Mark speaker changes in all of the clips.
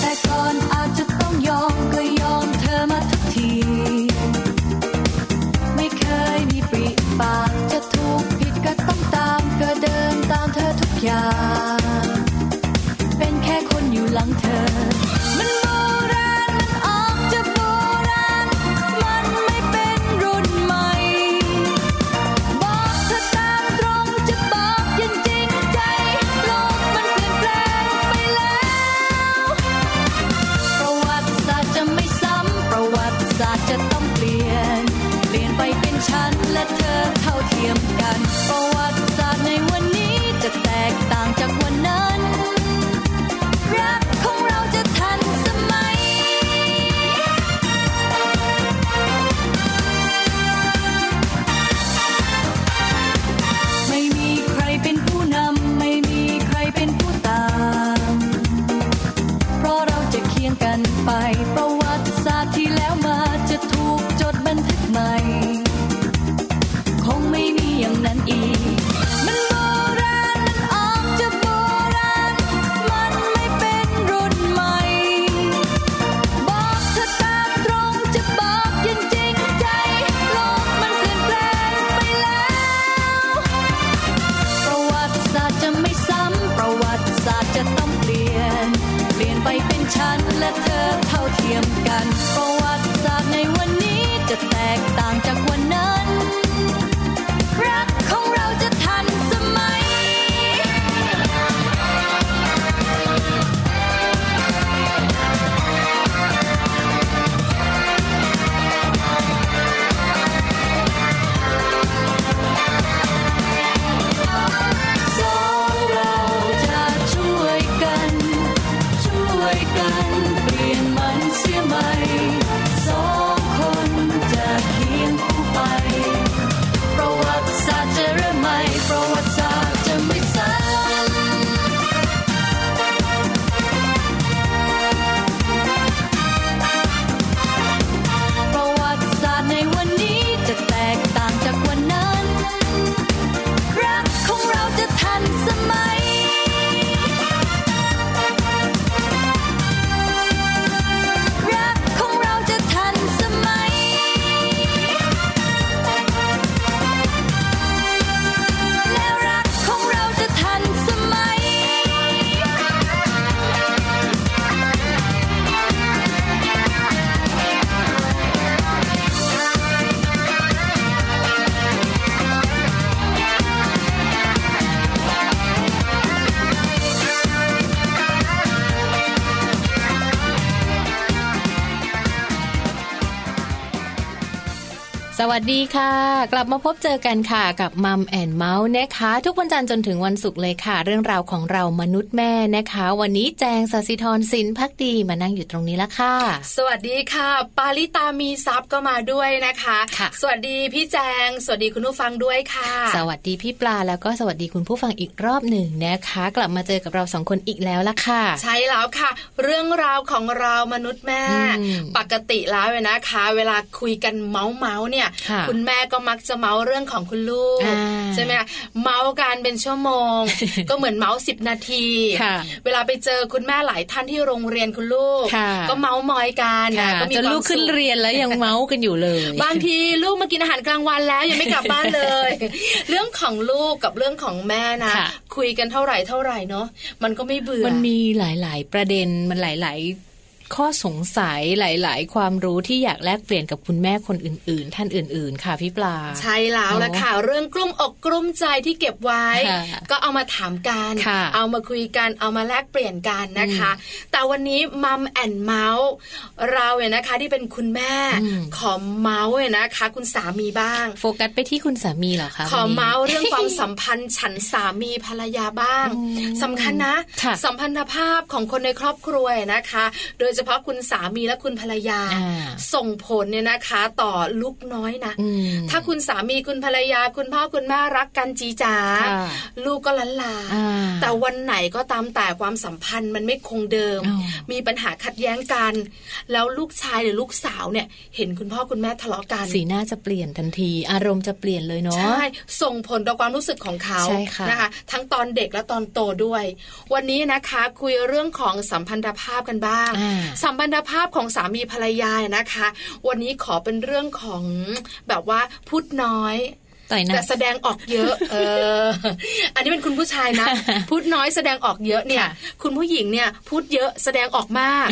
Speaker 1: แต่ก่อนอาจจะต้องยอมก็ยอมเธอมาทุกที ไม่เคยมีปริปากจะถูกผิดก็ต้องตามก็เดินตามเธอทุกอย่าง เป็นแค่คนอยู่หลังเธอ มันโบราณมันออกจะโบราณ มันไม่เป็นรุ่นใหม่ บอกเธอตามตรงจะบอกอยังจริงใจ โลกมันเปลี่ยนแปลงไปแล้ว ประวัติศาสตร์จะไม่ซ้ำ ประวัติศาสตร์จะต้องเปลี่ยน เปลี่ยนไปเป็นฉันและเธอเท่าเทียมกัน ประวัติศาสตร์ในวันนี้จะแตกต่างจากวันนั้น รักของเราจะทันสมัย ไม่มีใครเป็นผู้นำ ไม่มีใครเป็นผู้ตาม เพราะเราจะเคียงกันไป ประวัติศาสตร์ที่แล้วมาจะถูกจดบันทึกใหม่ คงไม่มีอย่างนั้นอีก มันโบราณ มันออกจะโบราณ มันไม่เป็นรุ่นใหม่ บอกเธอตามตรงจะบอกอยังจริงใจ โลกมันเปลี่ยนแปลงไปแล้ว ประวัติศาสตร์จะไม่ซ้ำ ประวัติศาสตร์จะต้องเปลี่ยน เปลี่ยนไปเป็นฉันและเธอเท่าเทียมกัน ประวัติศาสตร์ในวันนี้จะแตกต่างจากวันนั้น รักของเราจะทันสมัย สองเราจะช่วยกัน ช่วยกันเปลี่ยนมันเสียใหม่สองคนจะเคียงคู่ไป ประวัติศาสตร์จะเริ่มใหม่ ประวัติศาสตร์จะไม่ซ้ำ ประวัติศาสตร์ในวันนี้จะแตกต่างจากวันนั้น รักของเราจะทันสมัย รักของเราจะทันสมัย แล้วรักของเราจะทันสมัย
Speaker 2: สวัสดีค่ะ กลับมาพบเจอกันค่ะกับมัมแอนเมาส์นะคะ ทุกวันจันทร์จนถึงวันศุกร์เลยค่ะ เรื่องราวของเรามนุษย์แม่นะคะ วันนี้แจงสศิธรสินพักดีมานั่งอยู่ตรงนี้แล้วค่ะ
Speaker 3: สวัสดีค่ะ ปาลิตามีซับก็มาด้วยนะคะ
Speaker 2: ค่ะ
Speaker 3: สวัสดีพี่แจง สวัสดีคุณผู้ฟังด้วยค่ะ
Speaker 2: สวัสดีพี่ปลาแล้วก็สวัสดีคุณผู้ฟังอีกรอบหนึ่งนะคะ กลับมาเจอกับเราสองคนอีกแล้วละค่ะ
Speaker 3: ใช่แล้วค่ะ เรื่องราวของเรามนุษย์แม่
Speaker 2: อืม
Speaker 3: ปกติแล้วเนี่ยนะคะ เวลาคุยกันเมาส์เมาส์ๆเนี่ย
Speaker 2: ค่ะ
Speaker 3: คุณแม่ก็มักจะเมาส์เรื่องของคุณลูก
Speaker 2: อ่า
Speaker 3: ใช่ไหมเมาส์กันเป็นชั่วโม ง ก็เหมือนเมาส์สิบนาที
Speaker 2: ค่ะ
Speaker 3: เวลาไปเจอคุณแม่หลายท่านที่โรงเรียนคุณลูก
Speaker 2: ค่ะ
Speaker 3: ก็เมาส์มอยกัน
Speaker 2: ค่ะ
Speaker 3: นะก็มี
Speaker 2: จ
Speaker 3: ค
Speaker 2: น
Speaker 3: วาม
Speaker 2: ลูกขึ้น
Speaker 3: สุข
Speaker 2: เรียนแล้วยังเมาส์กันอยู่เลย
Speaker 3: บางทีลูกมากินอาหารกลางวันแล้วยังไม่กลับบ้านเลย เรื่องของลูกกับเรื่องของแม่นะ
Speaker 2: ค่ะ
Speaker 3: คุยกันเท่าไหร่เท่าไหร่เนาะมันก็ไม่เบื่อ
Speaker 2: มันมีหลาย ๆ ประเด็นมันหลาย ๆ ข้อสงสัยหลาย ๆ ความรู้ที่อยากแลกเปลี่ยนกับคุณแม่คนอื่น ๆ ท่านอื่น ๆ ค่ะพี่ปลา
Speaker 3: ใช่แล้วละค่ะ เรื่องกลุ้มอกกลุ้มใจที่เก็บไว้
Speaker 2: ค่ะ
Speaker 3: ก็เอามาถามกัน
Speaker 2: ค่ะ
Speaker 3: เอามาคุยกันเอามาแลกเปลี่ยนกันนะคะ แต่วันนี้มัมแอนเมาส์เราเนี่ยนะคะที่เป็นคุณแม่
Speaker 2: อืม
Speaker 3: ขอเมาส์เนี่ยนะคะ คุณสามีบ้าง
Speaker 2: โฟกัสไปที่คุณสามีเหรอคะ
Speaker 3: ขอ
Speaker 2: วันนี้
Speaker 3: เมาส์เรื่องความสัมพันธ์ฉันสามีภรรยาบ้าง
Speaker 2: อืม
Speaker 3: สำคัญนะ
Speaker 2: ค่ะ
Speaker 3: สัมพันธภาพของคนในครอบครัวนะคะ โดยเฉ เฉพาะคุณสามีและคุณภรรยา
Speaker 2: อ่า
Speaker 3: ส่งผลเนี่ยนะคะ ต่อลูกน้อยนะ
Speaker 2: อืม
Speaker 3: ถ้าคุณสามีคุณภรรยา คุณพ่อคุณแม่รักกันจีจ๋า
Speaker 2: ค่ะ
Speaker 3: ลูกก็ล้านลา
Speaker 2: อ่า
Speaker 3: แต่วันไหนก็ตามแต่ความสัมพันธ์มันไม่คงเดิม
Speaker 2: อ๋อ
Speaker 3: มีปัญหาขัดแย้งกัน แล้วลูกชายหรือลูกสาวเนี่ย เห็นคุณพ่อคุณแม่ทะเลาะกัน
Speaker 2: สีหน้าจะเปลี่ยนทันที อารมณ์จะเปลี่ยนเลยเนาะ
Speaker 3: ใช่ส่งผลต่อความรู้สึกของเขา
Speaker 2: ใช่ค่ะ
Speaker 3: นะคะ ทั้งตอนเด็กและตอนโตด้วย วันนี้นะคะคุยเรื่องของสัมพันธภาพกันบ้าง
Speaker 2: อ่า
Speaker 3: สัมพันธภาพของสามีภรรยานะคะ วันนี้ขอเป็นเรื่องของแบบว่าพูดน้อย
Speaker 2: ต่อยหนะ
Speaker 3: แต่แสดงออกเยอะ เออ อันนี้เป็นคุณผู้ชายนะ พูดน้อยแสดงออกเยอะเนี่ย
Speaker 2: ค่ะ
Speaker 3: คุณผู้หญิงเนี่ย พูดเยอะแสดงออกมาก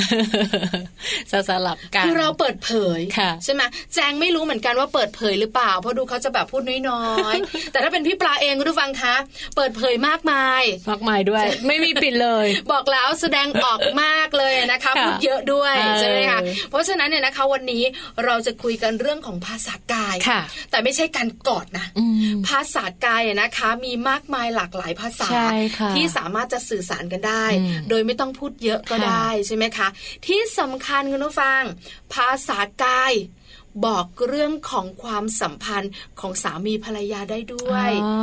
Speaker 2: สสลับกัน
Speaker 3: คือเราเปิดเผย
Speaker 2: ค่ะ
Speaker 3: ใช่ไหมแจงไม่รู้เหมือนกันว่าเปิดเผยหรือเปล่า เพราะดูเขาจะแบบพูดน้อย ๆ แต่ถ้าเป็นพี่ปลาเองคุณผู้ฟังคะ เปิดเผยมากมาย
Speaker 2: มากมายด้วย ไม่มีปิดเลย
Speaker 3: บอกแล้วแสดงออกมากเลยนะคะ
Speaker 2: ค่ะ
Speaker 3: พูดเยอะด้วย
Speaker 2: เออ
Speaker 3: ใช่ไหมคะเพราะฉะนั้นเนี่ยนะคะ วันนี้เราจะคุยกันเรื่องของภาษากาย
Speaker 2: ค่ะ
Speaker 3: แต่ไม่ใช่การกอดนะ
Speaker 2: อืม
Speaker 3: ภาษากายอะนะคะ มีมากมายหลากหลายภาษา
Speaker 2: ใช่ค่ะ
Speaker 3: ที่สามารถจะสื่อสารกันได้
Speaker 2: อืม
Speaker 3: โดยไม่ต้องพูดเยอะก็
Speaker 2: ค่ะ
Speaker 3: ได้ใช่ไหมคะ ที่สำคัญคุณผู้ฟัง ภาษากาย บอกเรื่องของความสัมพันธ์ของสามีภรรยาได้ด้วย
Speaker 2: อ๋อ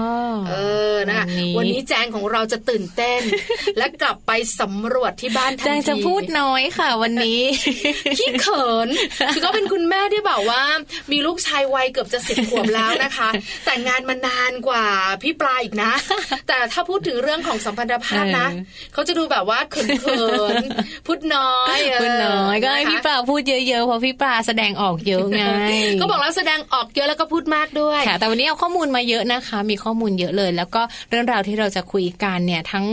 Speaker 3: เออนะคะ
Speaker 2: วั
Speaker 3: วัน
Speaker 2: นนี้
Speaker 3: นี้แจงของเราจะตื่นเต้น และกลับไปสำรวจที่บ้านทัน
Speaker 2: แจ
Speaker 3: ที
Speaker 2: งจะพูดน้อยค่ะ วันนี้
Speaker 3: ขี้เขิน คือก็เป็นคุณแม่ที่แบบว่า มีลูกชายวัยเกือบจะสิบขวบแล้วนะคะ แต่งงานมานานกว่าพี่ปลาอีกนะ แต่ถ้าพูดถึงเรื่องของสัมพันธภาพนะ
Speaker 2: เออ
Speaker 3: เขาจะดูแบบว่าเขินๆพูดน้อยเ
Speaker 2: พูดน้อยก็ให้
Speaker 3: นะคะ
Speaker 2: พี่ปลาพูดเยอะๆเพราะพี่ปลาแสดงออกเยอะไง
Speaker 3: ก็บอกแล้วแสดงออกเยอะแล้วก็พูดมากด้วย
Speaker 2: ค่ะ แต่วันนี้เอาข้อมูลมาเยอะนะคะ มีข้อมูลเยอะเลย แล้วก็เรื่องราวที่เราจะคุยกันเนี่ยทั้ง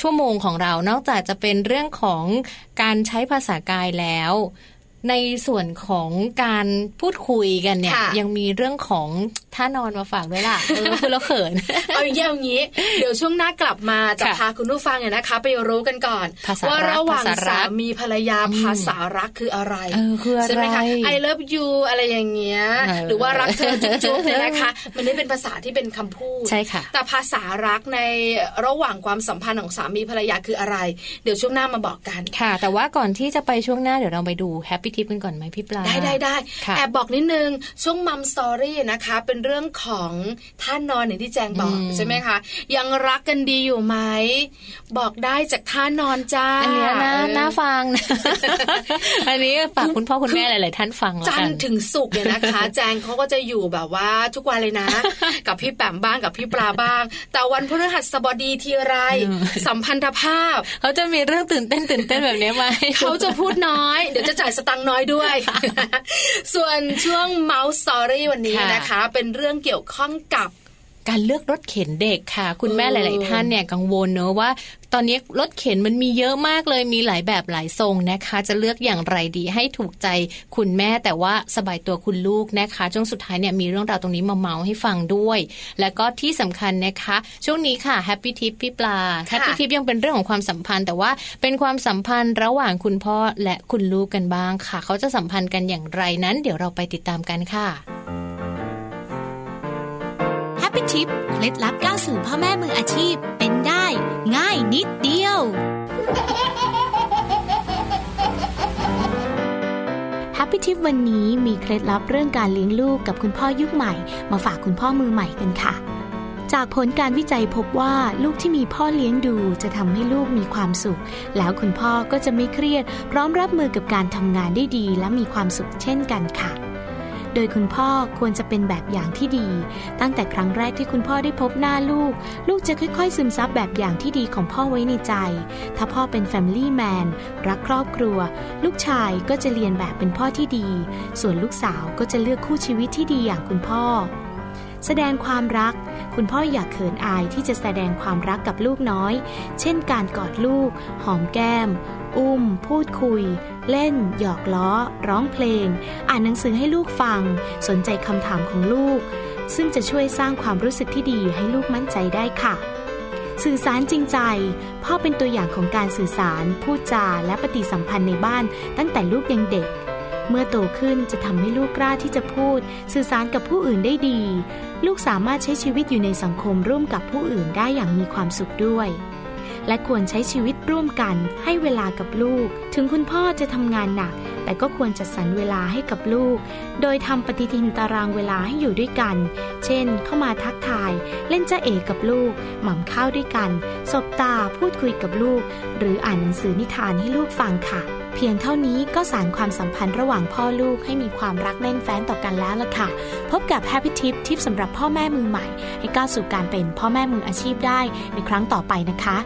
Speaker 2: ชั่วโมงของเรานอกจากจะเป็นเรื่องของการใช้ภาษากายแล้ว ในส่วนของการพูดคุยกันเนี่ย
Speaker 3: ค่ะ
Speaker 2: ยังมีเรื่องของท่านอนมาฝากด้วยล่ะเออพูดแล้วเขิน
Speaker 3: เอาอย่างนี้เอาอย่างนี้ เดี๋ยวช่วงหน้ากลับมาจะ
Speaker 2: ค่ะ
Speaker 3: พาคุณผู้ฟังเนี่ยนะคะ ไปรู้กันก่อน
Speaker 2: ภาษา
Speaker 3: ว่าระหว่าง
Speaker 2: ภาษารัก
Speaker 3: สามีภรรยา
Speaker 2: อืม
Speaker 3: ภาษารักคืออะไร
Speaker 2: เออคืออะ
Speaker 3: ใช่ไหม
Speaker 2: ไร
Speaker 3: คะ I love you อะไรอย่างเงี้ย
Speaker 2: เออ
Speaker 3: หรือว่ารักเธอจุ๊บๆเนี่ย นะคะ มันไม่เป็นภาษาที่เป็นคำพูด
Speaker 2: ใช่ค่ะ
Speaker 3: แต่ภาษารักในระหว่างความสัมพันธ์ของสามีภรรยาคืออะไร เดี๋ยวช่วงหน้ามาบอกกัน
Speaker 2: ค่ะ แต่ว่าก่อนที่จะไปช่วงหน้าเดี๋ยวเราไปดูแฮปปี้ทิปกันก่อนไหมพี่ปลา
Speaker 3: ได้ได้ได้
Speaker 2: ค่ะ
Speaker 3: แอบบอกนิดนึง ช่วงมัมสตอรี่นะคะ เป็นเรื่องของท่านนอนอย่างที่แจงบอก
Speaker 2: อืม
Speaker 3: ใช่ไหมคะ ยังรักกันดีอยู่ไหม บอกได้จากท่านอนจ้า
Speaker 2: อันเนี้ยนะ
Speaker 3: เออ
Speaker 2: น่าฟังนะ อันนี้ฝากคุณพ่อคุณแม่หลาย ๆ ท่านฟังแล้ว
Speaker 3: จั
Speaker 2: กัน น
Speaker 3: ทร์ถึงสุกร์เนี่ยนะคะ แจงเขาก็จะอยู่แบบว่าทุกวันเลยนะ กับพี่แปมบ้างกับพี่ปลาบ้าง แต่วันพฤหัสบดีทีไร
Speaker 2: อืม
Speaker 3: สัมพันธภาพ
Speaker 2: เขาจะมีเรื่องตื่นเต้นตื่นเต้นแบบเนี้ยไหม
Speaker 3: เขาจะพูดน้อย เดี๋ยวจะจ่ายสตังค์น้อยด้วย ส่วนช่วงเมาส์สตอรี่วันนี้
Speaker 2: ค่ะ
Speaker 3: นะคะ เป็นเรื่องเกี่ยวข้องกับ
Speaker 2: การเลือกรถเข็นเด็กค่ะ คุณแม่
Speaker 3: เอ
Speaker 2: ห
Speaker 3: อ
Speaker 2: ลาย ๆ ท่านเนี่ยกังวลเนอะว่า ตอนนี้รถเข็นมันมีเยอะมากเลยมีหลายแบบหลายทรงนะคะ จะเลือกอย่างไรดีให้ถูกใจคุณแม่แต่ว่าสบายตัวคุณลูกนะคะช่วงสุดท้ายเนี่ยมีเรื่องราวตรงนี้มาเมาให้ฟังด้วย แล้วก็ที่สำคัญนะคะ ช่วงนี้ค่ะแฮปปี้ทิปพี่ปลาแฮปปี้ทิปยังเป็นเรื่องของความสัมพันธ์ แต่ว่าเป็นความสัมพันธ์ระหว่างคุณพ่อและคุณลูกกันบ้างค่ะ เขาจะสัมพันธ์กันอย่างไรนั้น เดี๋ยวเราไปติดตามกันค่ะ
Speaker 4: แฮปปี้ทิปเคล็ดลับก้าวสู่พ่อแม่มืออาชีพเป็นได้ ง่ายนิดเดียว แฮปปี้ทิปวันนี้มีเคล็ดลับเรื่องการเลี้ยงลูกกับคุณพ่อยุคใหม่ มาฝากคุณพ่อมือใหม่กันค่ะ จากผลการวิจัยพบว่าลูกที่มีพ่อเลี้ยงดูจะทำให้ลูกมีความสุข แล้วคุณพ่อก็จะไม่เครียด พร้อมรับมือกับการทำงานได้ดีและมีความสุขเช่นกันค่ะ โดยคุณพ่อควรจะเป็นแบบอย่างที่ดี ตั้งแต่ครั้งแรกที่คุณพ่อได้พบหน้าลูก ลูกจะค่อยๆ ซึมซับแบบอย่างที่ดีของพ่อไว้ในใจ ถ้าพ่อเป็น Family Man รักครอบครัว ลูกชายก็จะเรียนแบบเป็นพ่อที่ดี ส่วนลูกสาวก็จะเลือกคู่ชีวิตที่ดีอย่างคุณพ่อ แสดงความรัก คุณพ่ออยากเขินอายที่จะแสดงความรักกับลูกน้อย เช่นการกอดลูก หอมแก้ม อุ้ม พูดคุย เล่น หยอกล้อ ร้องเพลง อ่านหนังสือให้ลูกฟัง สนใจคำถามของลูก ซึ่งจะช่วยสร้างความรู้สึกที่ดีให้ลูกมั่นใจได้ค่ะ สื่อสารจริงใจ พ่อเป็นตัวอย่างของการสื่อสาร พูดจาและปฏิสัมพันธ์ในบ้าน ตั้งแต่ลูกยังเด็ก เมื่อโตขึ้นจะทำให้ลูกกล้าที่จะพูด สื่อสารกับผู้อื่นได้ดี ลูกสามารถใช้ชีวิตอยู่ในสังคมร่วมกับผู้อื่นได้อย่างมีความสุขด้วย และควรใช้ชีวิตร่วมกัน ให้เวลากับลูก ถึงคุณพ่อจะทำงานหนัก แต่ก็ควรจัดสรรเวลาให้กับลูก โดยทำปฏิทินตารางเวลาให้อยู่ด้วยกัน เช่น เข้ามาทักทาย เล่นจ้าเอกกับลูก หม่ำข้าวด้วยกัน สบตาพูดคุยกับลูก หรืออ่านหนังสือนิทานให้ลูกฟังค่ะ เพียงเท่านี้ก็สานความสัมพันธ์ระหว่างพ่อลูกให้มีความรักแน่นแฟ้นต่อกันแล้วล่ะค่ะ พบกับ Happy Tip ทิปสำหรับพ่อแม่มือใหม่ ให้ก้าวสู่การเป็นพ่อแม่มืออาชีพได้ในครั้งต่อไปนะคะ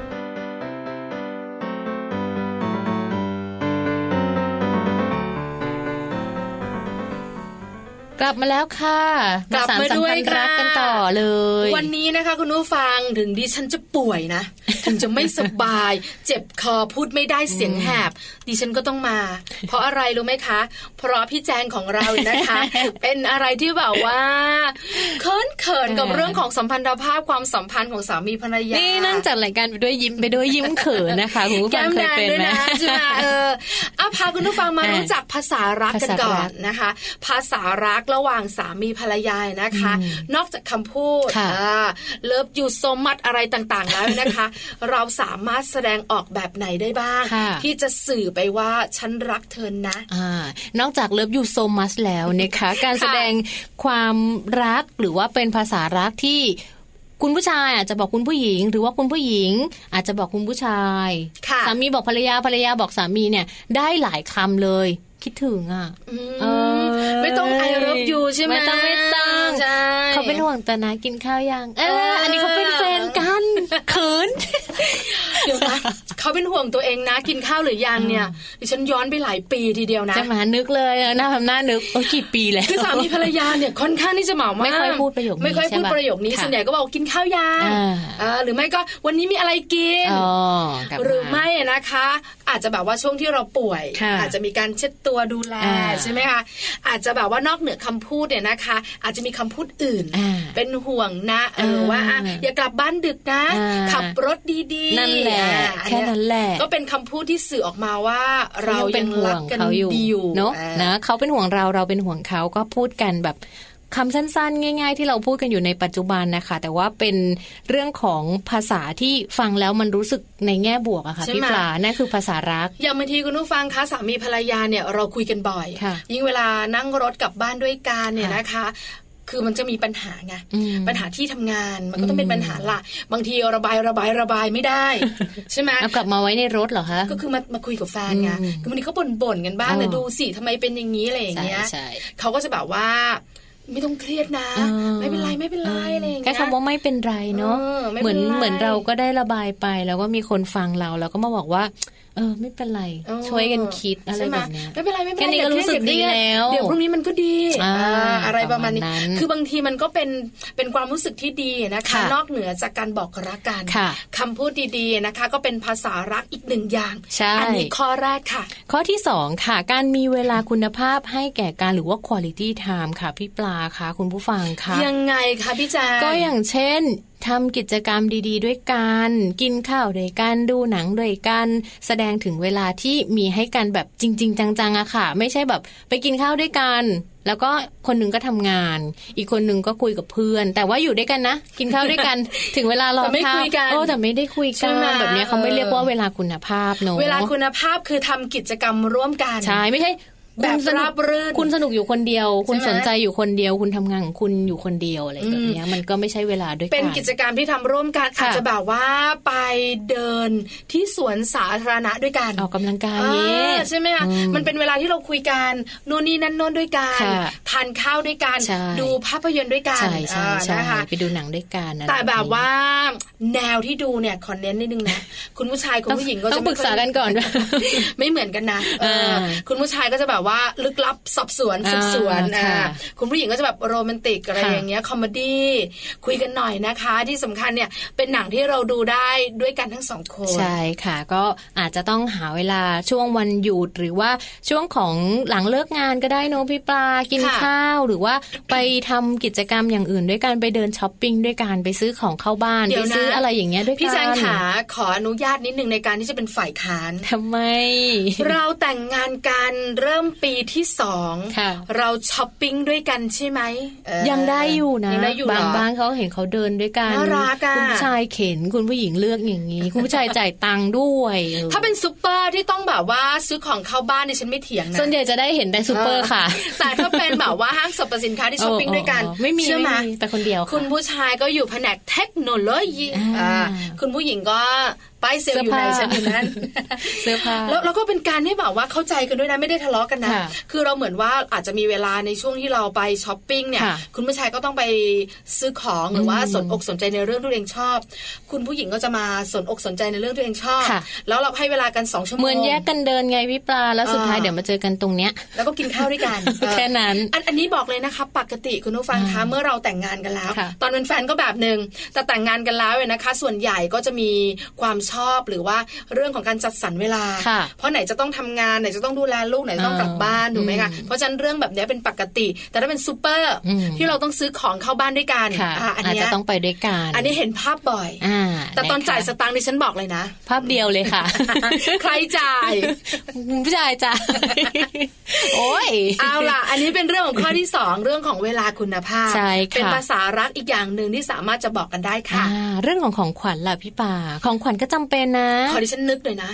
Speaker 2: กลับมาแล้วค่ะ
Speaker 3: กลับ
Speaker 2: สาน
Speaker 3: มา
Speaker 2: สัม
Speaker 3: ด้วย
Speaker 2: พันธ์
Speaker 3: ค่ะ
Speaker 2: รักกันต่อเลย
Speaker 3: วันนี้นะคะคุณผู้ฟังถึงดิฉันจะป่วยนะ ถึงจะไม่สบาย เจ็บคอพูดไม่ได้เสียงแหบ ดิฉันก็ต้องมา เพราะอะไรรู้ไหมคะ เพราะพี่แจงของเรานะคะ เป็นอะไรที่แบบว่าเขินเขินๆกับเรื่องของสัมพันธภาพความสัมพันธ์ของสามีภรรยา
Speaker 2: นี่นั่งจัดรายการไปด้วยยิ้มไปด้วยยิ้มเขินนะคะคุณผู้ฟั
Speaker 3: แก้
Speaker 2: ง
Speaker 3: ม
Speaker 2: เค
Speaker 3: แด
Speaker 2: ย
Speaker 3: ง
Speaker 2: เป็น
Speaker 3: ด้วย
Speaker 2: ไหม
Speaker 3: นะใช่ไหมเออเอาพาคุณผู้ฟังมา
Speaker 2: อ่ะ
Speaker 3: รู้จักภาษารักกันก่อ
Speaker 2: ภาษารั
Speaker 3: น
Speaker 2: ก
Speaker 3: นะคะ ภาษารักระหว่างสามีภรรยานะคะ นอกจากคำพูด
Speaker 2: ค่ะ
Speaker 3: เลิฟยูโซมัดอะไรต่างๆแล้วนะคะ เราสามารถแสดงออกแบบไหนได้บ้าง
Speaker 2: ค่ะ
Speaker 3: ที่จะสื่อไปว่าฉันรักเธอนะ
Speaker 2: อ่านอกจากเลิฟยูโซมัสแล้วนะคะ การแสดงความรักหรือว่าเป็นภาษารักที่คุณผู้ชายอาจจะบอกคุณผู้หญิง หรือว่าคุณผู้หญิง อาจจะบอกคุณผู้ชาย
Speaker 3: ค่ะ
Speaker 2: สามีบอกภรรยาภรรยาบอกสามีเนี่ย ได้หลายคำเลย คิดถึงอ่ะ
Speaker 3: อืม
Speaker 2: เออ
Speaker 3: ไม่ต้องไอเลิฟยูใช่ไหม
Speaker 2: ไม่ต้องไม่ต้อง
Speaker 3: ใช่
Speaker 2: เขาเป็นห่วงแต่นะกินข้าวยังเอ
Speaker 3: เอ
Speaker 2: อ
Speaker 3: ออั
Speaker 2: อันนี้เขาเป็นแฟนกันเขิน
Speaker 3: เดี๋ยวนะเขาเป็นห่วงตัวเองนะ กินข้าวหรือยังเนี่ยดิฉันย้อนไปหลายปีทีเดียวนะ
Speaker 2: จะมานึกเลยหน้าทำหน้านึกโอ้ยกี่ปีแล้ว
Speaker 3: คือสามีภรรยาเนี่ยค่อนข้างที่จะเหมามา
Speaker 2: ไม่
Speaker 3: ก
Speaker 2: ค่อยพูดประโยคนี้
Speaker 3: ไม่ค่อยพูด
Speaker 2: ใช่ปะ
Speaker 3: ประโยคนี้
Speaker 2: ค่ะ
Speaker 3: ส่วนใหญ่ก็บอกกินข้าวยัง
Speaker 2: อ่า
Speaker 3: อ่าหรือไม่ก็วันนี้มีอะไรกิน
Speaker 2: อ๋อกลับา
Speaker 3: หรือไม่นะคะ อาจจะแบบว่าช่วงที่เราป่วย
Speaker 2: ค่ะ
Speaker 3: อาจจะมีการเช็ดตัวดูแล
Speaker 2: อ่า
Speaker 3: ใช่ไหมคะอาจจะแบบว่านอกเหนือคำพูดเนี่ยนะคะ อาจจะมีคำพูดอื่น
Speaker 2: อ่า
Speaker 3: เป็นห่วงนะเออ
Speaker 2: เออ
Speaker 3: ว่าอ่ะอย่ากลับบ้านดึกนะ
Speaker 2: อ่า
Speaker 3: ขับรถดีๆ
Speaker 2: นั่นแห
Speaker 3: อ
Speaker 2: ละ
Speaker 3: ่าอั
Speaker 2: แค่
Speaker 3: เย
Speaker 2: นั้นแหละ
Speaker 3: ก็เป็นคำพูดที่สื่อออกมาว่า เรา
Speaker 2: ยั
Speaker 3: ยังรักกัน
Speaker 2: เขาอยู่
Speaker 3: ดีอยู่
Speaker 2: เนาะ
Speaker 3: อ่า
Speaker 2: นะเขาเป็นห่วงเราเราเป็นห่วงเขาก็พูดกันแบบคำสั้นๆ ง่าย ๆ ที่เราพูดกันอยู่ในปัจจุบันนะคะ แต่ว่าเป็นเรื่องของภาษาที่ฟังแล้วมันรู้สึกในแง่บวกอะค่ะ
Speaker 3: ใช่ไหม
Speaker 2: พี่ปลานั่นคือภาษารัก
Speaker 3: อย่างบางทีคุณผู้ฟังคะสามีภรรยาเนี่ยเราคุยกันบ่อย
Speaker 2: ค่ะ
Speaker 3: ยิ่งเวลานั่งรถกลับบ้านด้วยกันเนี่ยนะคะ คือมันจะมีปัญหาไง
Speaker 2: อืม
Speaker 3: ปัญหาที่ทำงานมันก็ต้องเป็น
Speaker 2: อืม
Speaker 3: ปัญหาหละบางทีระบายระบายระบายไม่ได้ ใช่ไหม
Speaker 2: เอากลับมาไว้ในรถเหรอคะ
Speaker 3: ก็คือมามาคุยกับแฟนไง
Speaker 2: อืม
Speaker 3: คือวันนี้เขาบ่นบ่นๆกันบ้าง
Speaker 2: อ๋อ
Speaker 3: เลยดูสิทำไมเป็นอย่างนี้อะไรอย่าง
Speaker 2: ใช่
Speaker 3: เงี้ย
Speaker 2: ใช่
Speaker 3: เขาก็จะแบบว่า ไม่ต้องเครียดนะ
Speaker 2: เออ
Speaker 3: ไม่เป็นไรไม่เป็นไรอะไรอย่าง
Speaker 2: แค่
Speaker 3: เงี้ย
Speaker 2: คำว่าไม่เป็นไรเนาะ
Speaker 3: เออไม่
Speaker 2: เห
Speaker 3: เป็
Speaker 2: มือน น
Speaker 3: ไร
Speaker 2: เหมือนเราก็ได้ระบายไป แล้วก็มีคนฟังเราแล้วก็มาบอกว่า เออ ไม่เป็นไร
Speaker 3: เออ
Speaker 2: ช่วยกันคิดอะไร
Speaker 3: ใช่หม
Speaker 2: แบบเนี้ย
Speaker 3: ไม่เป็นไรไม่เป็นไร
Speaker 2: แค่นี้ก็
Speaker 3: อย่า
Speaker 2: รู้สึก
Speaker 3: เคยด
Speaker 2: ดีแล้ว
Speaker 3: เดี๋ยวพรุ่งนี้มันก็ดี
Speaker 2: อ่า
Speaker 3: อ่าอะไรประมาณนี้
Speaker 2: ประมาณนั้น
Speaker 3: คือบางทีมันก็เป็นเป็นความรู้สึกที่ดีนะคะ
Speaker 2: ค่ะ
Speaker 3: นอกเหนือจากการบอกรักกัน
Speaker 2: ค่ะ
Speaker 3: คำพูดดีๆนะคะ ก็เป็นภาษารักอีกหนึ่งอย่าง
Speaker 2: ใช่
Speaker 3: อันี้ข้อแรกค่ะ
Speaker 2: ข้อที่ 2 ค่ะ การมีเวลาคุณภาพให้แก่การหรือว่า quality time ค่ะ พี่ปลาค่ะ คุณผู้ฟังค่ะ
Speaker 3: ยังไงคะพี่แจง
Speaker 2: ก็อย่างเช่นทำกิจกรรมดี ๆ ด้วยกัน กินข้าวด้วยกัน ดูหนังด้วยกัน แสดงถึงเวลาที่มีให้กันแบบจริง ๆ จังๆอะค่ะ ไม่ใช่แบบไปกินข้าวด้วยกัน แล้วก็คนหนึ่งก็ทำงาน อีกคนหนึ่งก็คุยกับเพื่อน แต่ว่าอยู่ด้วยกันนะ กินข้าวด้วย กัน ถึงเวลารอ
Speaker 3: แต่ไม่
Speaker 2: ข้าว
Speaker 3: คุยกัน
Speaker 2: โอ้แต่ไม่ได้คุย
Speaker 3: ใช่
Speaker 2: กัน
Speaker 3: ไหม
Speaker 2: แบบเนี้ยเขาไม่เรียกว่า
Speaker 3: เออ
Speaker 2: เวลาคุณภาพเนอะ
Speaker 3: เวลาคุณภาพคือทำกิจกรรมร่วมกัน
Speaker 2: ใช่ไม่ใช่
Speaker 3: แบบ
Speaker 2: คุณสนุก
Speaker 3: ราบรื่น
Speaker 2: คุณสนุกอยู่คนเดียว คุณ
Speaker 3: ใช่ไหม
Speaker 2: สนใจอยู่คนเดียว คุณทำงานของคุณอยู่คนเดียวอะไรแบบเนี้ยมันก็ไม่ใช่เวลาด้วยกัน
Speaker 3: เป็นกิจกรรมที่ทำร่วมกัน
Speaker 2: ค่ะ
Speaker 3: อาจจะแบบว่าไปเดินที่สวนสาธารณะด้วยกัน
Speaker 2: ออกกำลังกาย
Speaker 3: อ่า
Speaker 2: เงี้ย
Speaker 3: ใช่ไหมคะ
Speaker 2: อืม
Speaker 3: มันเป็นเวลาที่เราคุยกันนู่นนี่นั่นโน่นด้วยกัน
Speaker 2: ค่ะ
Speaker 3: ทานข้าวด้วยกัน
Speaker 2: ใช่
Speaker 3: ดูภาพยนตร์ด้วยกัน
Speaker 2: ใช่ใช่
Speaker 3: อ่า
Speaker 2: ใช่
Speaker 3: นะคะ
Speaker 2: ไปดูหนังด้วยกันอะไร
Speaker 3: แต่แบบว่าแนวที่ดูเนี่ยขอเน้นนิดนึ งนะ คุณผู้ชายคุณ
Speaker 2: ต้อง
Speaker 3: ผู้หญิงก็
Speaker 2: ต้
Speaker 3: จะ
Speaker 2: องป
Speaker 3: ไม่
Speaker 2: รึก
Speaker 3: ค่ย
Speaker 2: ษากันก่อน
Speaker 3: ไม่เหมือนกันนะเออ
Speaker 2: อ่า
Speaker 3: คุณผู้ชายก็จะแบบว่าลึกลับสอบสวน
Speaker 2: อ่า
Speaker 3: สืบสวน
Speaker 2: ค่ะ
Speaker 3: อ่าคุณผู้หญิงก็จะแบบโรแมนติกอะไร
Speaker 2: ค่ะ
Speaker 3: อย่างเงี้ยคอมเมดี้คุยกันหน่อยนะคะ ที่สำคัญเนี่ยเป็นหนังที่เราดูได้ด้วยกันทั้งสองคน
Speaker 2: ใช่ค่ะ ก็อาจจะต้องหาเวลาช่วงวันหยุดหรือว่าช่วงของหลังเลิกงานก็ได้เนอะพี่ปลากิน
Speaker 3: ค่ะ
Speaker 2: ข้าวหรือว่าไปทำกิจกรรมอย่างอื่นด้วยกันไปเดินช้อปปิ้งด้วยกันไปซื้อของเข้าบ้านไปซื้ออะไรอย่างเงี้ยด้วยกัน
Speaker 3: พี่แจงขาขออนุญาตนิดหนึ่งในการที่จะเป็นฝ่ายค้าน
Speaker 2: ทำไม
Speaker 3: เราแต่งงานกันเริ่ม ปีที่สอง
Speaker 2: ค่ะ
Speaker 3: เราช้อปปิ้งด้วยกันใช่ไหมเออ
Speaker 2: ยังได้อยู่นะ
Speaker 3: ยังได้อยู่
Speaker 2: บา
Speaker 3: เห
Speaker 2: ง
Speaker 3: รอ
Speaker 2: บ้านเขาเห็นเขาเดินด้วยกัน
Speaker 3: น่ารักอะ
Speaker 2: คุณผู้ชายเข็นคุณผู้หญิงเลือกอย่างนี้ คุณผู้ชายจ่ายตังค์ด้วยออ
Speaker 3: ถ้าเป็นซูเปอร์ที่ต้องแบบว่าซื้อของเข้าบ้านเนี่ยฉันไม่เถียงนะ
Speaker 2: ส่วนใหญ่จะได้เห็นในซูเปอร์ค่ะ
Speaker 3: แต่ถ้าเป็นแบบว่าห้างสรรพสินค้าที่ช้อปปิ้งด้วยกัน
Speaker 2: โอ้โอ้ไม่มี
Speaker 3: เชื่อไหม
Speaker 2: ไม่มีแต่คนเดียวะ
Speaker 3: คุณผู้ชายก็อยู่แผนกเทคโนโลยี
Speaker 2: อ่า
Speaker 3: อ่าคุณผู้หญิงก็ป้ายเซลล์อยู่ไหน
Speaker 2: เสื้อ
Speaker 3: ฉัน
Speaker 2: ผ้า
Speaker 3: อยู่นั้น
Speaker 2: เสื้อผ้า
Speaker 3: แล้วเราก็เป็นการที่แบบว่าเข้าใจกันด้วยนะไม่ได้ทะเลาะกันนะ
Speaker 2: ค่ะ
Speaker 3: คือเราเหมือนว่าอาจจะมีเวลาในช่วงที่เราไปช้อปปิ้งเนี่ย
Speaker 2: ค่ะ
Speaker 3: คุณผู้ชายก็ต้องไปซื้อของหรือว่า
Speaker 2: อืม
Speaker 3: สนอกสนใจในเรื่องที่ตัวเองชอบ คุณผู้หญิงก็จะมาสนอกสนใจในเรื่องที่ตัวเองชอบ
Speaker 2: ค่ะ
Speaker 3: แล้วเราให้เวลากันสองชั่วโมง
Speaker 2: เหมือนแยกกันเดินไงพี่ปลาแล้วสุดท้าย
Speaker 3: อ่า
Speaker 2: เดี๋ยวมาเจอกันตรงเนี้ย
Speaker 3: แล้วก็กินข้าวด้วยกัน เออ
Speaker 2: แค่นั้น
Speaker 3: อันอันนี้บอกเลยนะคะ ปกติคุณผู้ฟังคะเมื่อเราแต่งงานกันแล้ว
Speaker 2: ค่ะ
Speaker 3: ตอนเป็นแฟนก็แบบหนึ่งแต่แต่งงานกันแล้วเนี่ยนะคะ ส่วนใหญ่ก็จะมีความชอบหรือว่าเรื่องของการจัดสรรเวลา
Speaker 2: ค่ะ
Speaker 3: เพราะไหนจะต้องทำงานไหนจะต้องดูแลลูกไหนจะต้อง
Speaker 2: อ่าก
Speaker 3: ลับบ้านถูกไหมคะ
Speaker 2: อืม
Speaker 3: เพราะฉะนั้นเรื่องแบบเนี้ยเป็นปกติ แต่ถ้าเป็นซูเปอร์
Speaker 2: อืม
Speaker 3: ที่เราต้องซื้อของเข้าบ้านด้วยกัน
Speaker 2: ค่ะ
Speaker 3: อ่ะอัน
Speaker 2: อาจ
Speaker 3: เนี้
Speaker 2: จะ
Speaker 3: ย
Speaker 2: ต้องไปด้วยกัน
Speaker 3: อันนี้เห็นภาพบ่อย
Speaker 2: อ่า
Speaker 3: แต่ตอนะคะ จ่ายสตางค์ดิฉันบอกเลยนะ
Speaker 2: ภาพเดียวเลยค่ะ
Speaker 3: ใครจ่าย
Speaker 2: คุณ ผู้ชาย จ่ายโอ้ย
Speaker 3: เอาล่ะ อันนี้เป็นเรื่องของข้อที่ 2 เรื่องของเวลาคุณภาพ
Speaker 2: ใช่ค่ะ
Speaker 3: เป็นภาษารักอีกอย่างหนึ่งที่สามารถจะบอกกันได้ค่ะ
Speaker 2: อ่าเรื่องของของขวัญล่ะพี่ป่า ของขวัญก็จำเป็นนะ
Speaker 3: ขอดิฉันนึกหน่อยนะ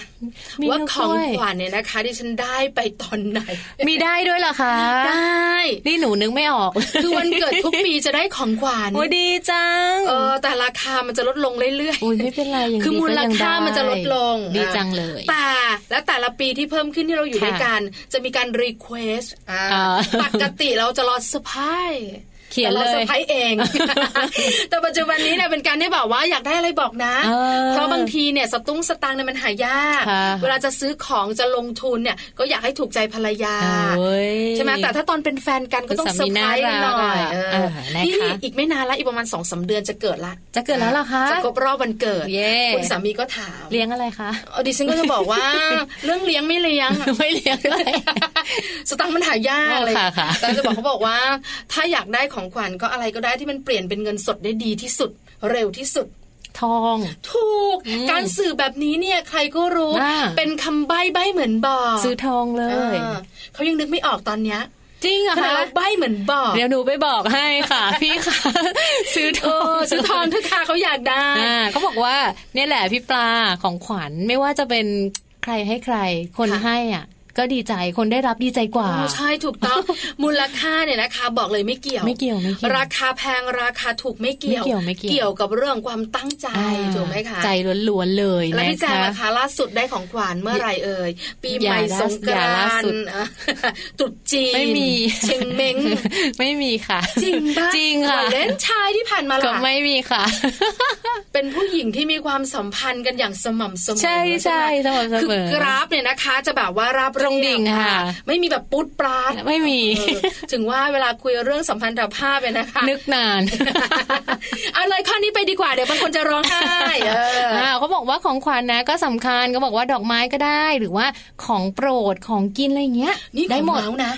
Speaker 2: มี
Speaker 3: ว่า
Speaker 2: นึก
Speaker 3: ของ
Speaker 2: ด้วย
Speaker 3: ขวัญเนี่ยนะคะดิฉันได้ไปตอนไหน
Speaker 2: มีได้ด้วยเหรอคะ
Speaker 3: ได้
Speaker 2: นี่หนูนึกไม่ออก
Speaker 3: คือวันเกิดทุกปีจะได้ของขวัญ
Speaker 2: โอ้ยดีจัง
Speaker 3: เออแต่ราคามันจะลดลงเรื่อย
Speaker 2: โอ้ยไม่เป็นไรยัง
Speaker 3: ๆ คือ
Speaker 2: ดีก็
Speaker 3: มูล
Speaker 2: ยัง
Speaker 3: ค่า
Speaker 2: ได้
Speaker 3: มันจะลดลง
Speaker 2: ดี
Speaker 3: อ่ะ
Speaker 2: จังเลย
Speaker 3: แต่แล้วแต่ละปีที่เพิ่มขึ้นที่เราอยู่
Speaker 2: ค่ะ
Speaker 3: ด้วยกัน จะมีการรีเควส
Speaker 2: อ่า
Speaker 3: ปกติเราจะรอเซอร์ไพรส์
Speaker 2: เขียนเล
Speaker 3: แต่ราเซอย ร์ไพรส์เอง แต่ปัจจุบันนี้เนี่ยเป็นการที่แบบว่าอยากได้อะไรบอกนะ
Speaker 2: เออ
Speaker 3: เพราะบางทีเนี่ยสตุ้งสตางค์เนี่ยมันหายาก
Speaker 2: ค่ะ
Speaker 3: เวลาจะซื้อของจะลงทุนเนี่ยก็อยากให้ถูกใจภรรยา
Speaker 2: โอ้ย
Speaker 3: ใช่ไหมแต่ถ้าตอนเป็นแฟนกันก็ต้อง
Speaker 2: คุณ
Speaker 3: เซอ
Speaker 2: สามี
Speaker 3: ร์ไพรส์กันหน่อย
Speaker 2: น่ารัก
Speaker 3: เออ
Speaker 2: เออนะคะ
Speaker 3: นี่อีกไม่นานละอีกประมาณสองสาเดือนจะเกิดละ
Speaker 2: จะเกิดแล้วเหรอคะ
Speaker 3: จะครบรอบวันเกิด
Speaker 2: เย้
Speaker 3: คุณสามีก็ถาม
Speaker 2: เลี้ยงอะไรคะ
Speaker 3: เออดิฉันก็จะบอกว่า เรื่องเลี้ยงไม่เลี้ยง
Speaker 2: ไม่เลี้ยงเลย
Speaker 3: สตังค์มันหายากอะไร
Speaker 2: ค่ะค่ะ
Speaker 3: แต่จะบอก เขาบอกว่า ถ้าอยากได้ของขวัญก็อะไรก็ได้ที่มันเปลี่ยนเป็นเงินสดได้ดีที่สุด เร็วที่สุด
Speaker 2: ทอง
Speaker 3: ถูก
Speaker 2: อืม
Speaker 3: การสื่อแบบนี้เนี่ยใครก็รู้
Speaker 2: อ่า
Speaker 3: เป็นคำใบ้ใบ้เหมือนบอก
Speaker 2: ซื้อทองเล
Speaker 3: เอย อเขายังนึกไม่ออกตอนเนี้ย
Speaker 2: จริงเหรอ
Speaker 3: ขนาด
Speaker 2: คะ
Speaker 3: เราใบ้เหมือนบอก
Speaker 2: เดี๋ยวหนูไปบอกให้ค่ะ พี่ค่ะ ซื้อท
Speaker 3: เอ
Speaker 2: อง
Speaker 3: อซื้อทองเถอะค่ะเขาอยากได้
Speaker 2: อ่าเขาบอกว่าเนี่ยแหละพี่ปลาของขวัญไม่ว่าจะเป็นใครให้ใคร คน
Speaker 3: ค่ะ
Speaker 2: ให้อ่ะ ก็ดีใจคนได้รับดีใจกว่า
Speaker 3: โอ้ใช่ถูกต้อง มูลค่าเนี่ยนะคะ บอกเลยไม่เกี่ยว
Speaker 2: ไม่เกี่ยวไม่เกี่ยว
Speaker 3: ราคาแพงราคาถูกไม่เกี่ยว
Speaker 2: ไม่เกี่ยวไม่เกี่ยว
Speaker 3: กับเรื่องความตั้งใจถูกไหมคะ
Speaker 2: ใจล้วนๆเลย
Speaker 3: แล้ว
Speaker 2: นะ
Speaker 3: พี่แจง
Speaker 2: คะ
Speaker 3: นะคะล่าสุดได้ของขวัญเมื่อไหร่เอ่ยปีใหม่
Speaker 2: อย่าล่า
Speaker 3: สงก
Speaker 2: อย่า
Speaker 3: รา
Speaker 2: ล่าน สุด
Speaker 3: ต์อ่ะตรุษจีน
Speaker 2: ไม่มี
Speaker 3: เชียงเม้ง
Speaker 2: ไม่มีค่ะ
Speaker 3: จริงปะ
Speaker 2: จริงค่ะ
Speaker 3: วันเล่นไชายที่ผ่านมา
Speaker 2: ก็
Speaker 3: ล่ะ
Speaker 2: ไม่มีค่ะ
Speaker 3: เป็นผู้หญิงที่มีความสัมพันธ์กันอย่างสม่ำเสมอ
Speaker 2: ใช่ใช่
Speaker 3: ไหม
Speaker 2: สม่ำเส
Speaker 3: คือ
Speaker 2: มอ
Speaker 3: กราฟเนี่ยนะคะ จะแบบว่าราบเย
Speaker 2: ตรงดิ่งค่ะ
Speaker 3: ไม่มีแบบปุ๊ดปลาด
Speaker 2: ไม่มี
Speaker 3: เออถึงว่าเวลาคุยเรื่องสัมพันธภาพเนี่ยนะคะ
Speaker 2: นึกนาน
Speaker 3: เอาเลยข้อนี้ไปดีกว่าเดี๋ยวบางคนจะร้องไห้เอออ
Speaker 2: อ่าเขาบอกว่าของขวัญนะก็สำคัญก็บอกว่าดอกไม้ก็ได้ หรือว่าของโปรดของกินอะไรเงี้ย
Speaker 3: นี่
Speaker 2: ได้
Speaker 3: ของ
Speaker 2: หมด
Speaker 3: เรานะ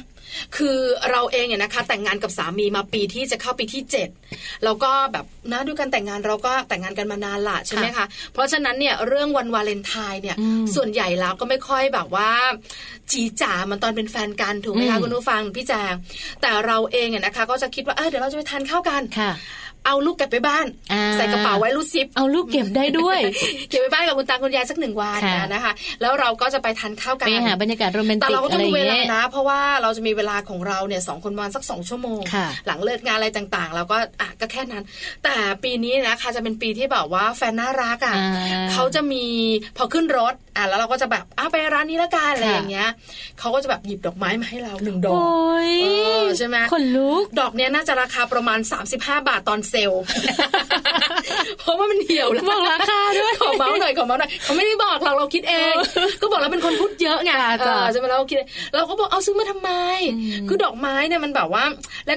Speaker 3: คือเราเองเนี่ยนะคะ แต่งงานกับสามีมาปีที่จะเข้าปีที่7แล้วก็แบบนะด้วยกันแต่งงานเราก็แต่งงานกันมานานละใช่ไหมคะเพราะฉะนั้นเนี่ยเรื่องวันวาเลนไทน์เนี่ย
Speaker 2: อืม
Speaker 3: ส่วนใหญ่แล้วก็ไม่ค่อยแบบว่า จีจ๋ามันตอนเป็นแฟนกันถูกไหมคะ
Speaker 2: อืม
Speaker 3: คุณผู้ฟังพี่แจงแต่เราเองเนี่ยนะคะ ก็จะคิดว่าเออเดี๋ยวเราจะไปทานข้าวกัน
Speaker 2: ค่ะ
Speaker 3: เอาลูกกลับไปบ้าน
Speaker 2: อ่า
Speaker 3: ใส่กระเป๋าไว้รูดซิป
Speaker 2: เอาลูกเก็บได้ด้วย
Speaker 3: เก็บไว้บ้านกับคุณตาคุณยายสักหนึ่งวัน
Speaker 2: ค่ะ
Speaker 3: นะคะ แล้วเราก็จะไปทานข้าวกัน
Speaker 2: ไปหาบรรยากาศโรแมน
Speaker 3: แต่
Speaker 2: ติก
Speaker 3: เราก็
Speaker 2: อะ
Speaker 3: ต้อ
Speaker 2: ไรง
Speaker 3: ดูเวลา
Speaker 2: เงี้ย
Speaker 3: นะ เพราะว่าเราจะมีเวลาของเราเนี่ยสองคนประมาณสักสองชั่วโมง
Speaker 2: ค่ะ
Speaker 3: หลังเลิกงานอะไรต่างๆ เราก็อ่ะก็แค่นั้น แต่ปีนี้นะคะจะเป็นปีที่แบบว่าแฟนน่ารักอ่ะ
Speaker 2: อ่า
Speaker 3: เขาจะมีพอขึ้นรถอ่ะแล้วเราก็จะแบบอ้าไปร้านนี้ละกันอะไรอย่างเงี้ยเขาก็จะแบบหยิบดอกไม้มาให้เราหนึ่งดอก
Speaker 2: โอ้ย
Speaker 3: เออใช่ไหม
Speaker 2: ขนลุก
Speaker 3: ดอกเนี้ยน่าจะราคาประมาณ 35 บาทตอนเซล ล์ เพราะว่ามันเหี่ยวแล้ว
Speaker 2: บอกราคาด้วย
Speaker 3: ขอเมาส์หน่อยขอเมาส์หน่อยเขาไม่ได้บอกเราเราคิดเอง ก็บอกเราเป็นคนพูดเยอะไง
Speaker 2: จ้ะจ้ะ
Speaker 3: เออใช่ไหมเราก็คิดเองเราก็บอกเอาซื้อมาทำไม คือดอกไม้เนี่ยมันแบบว่า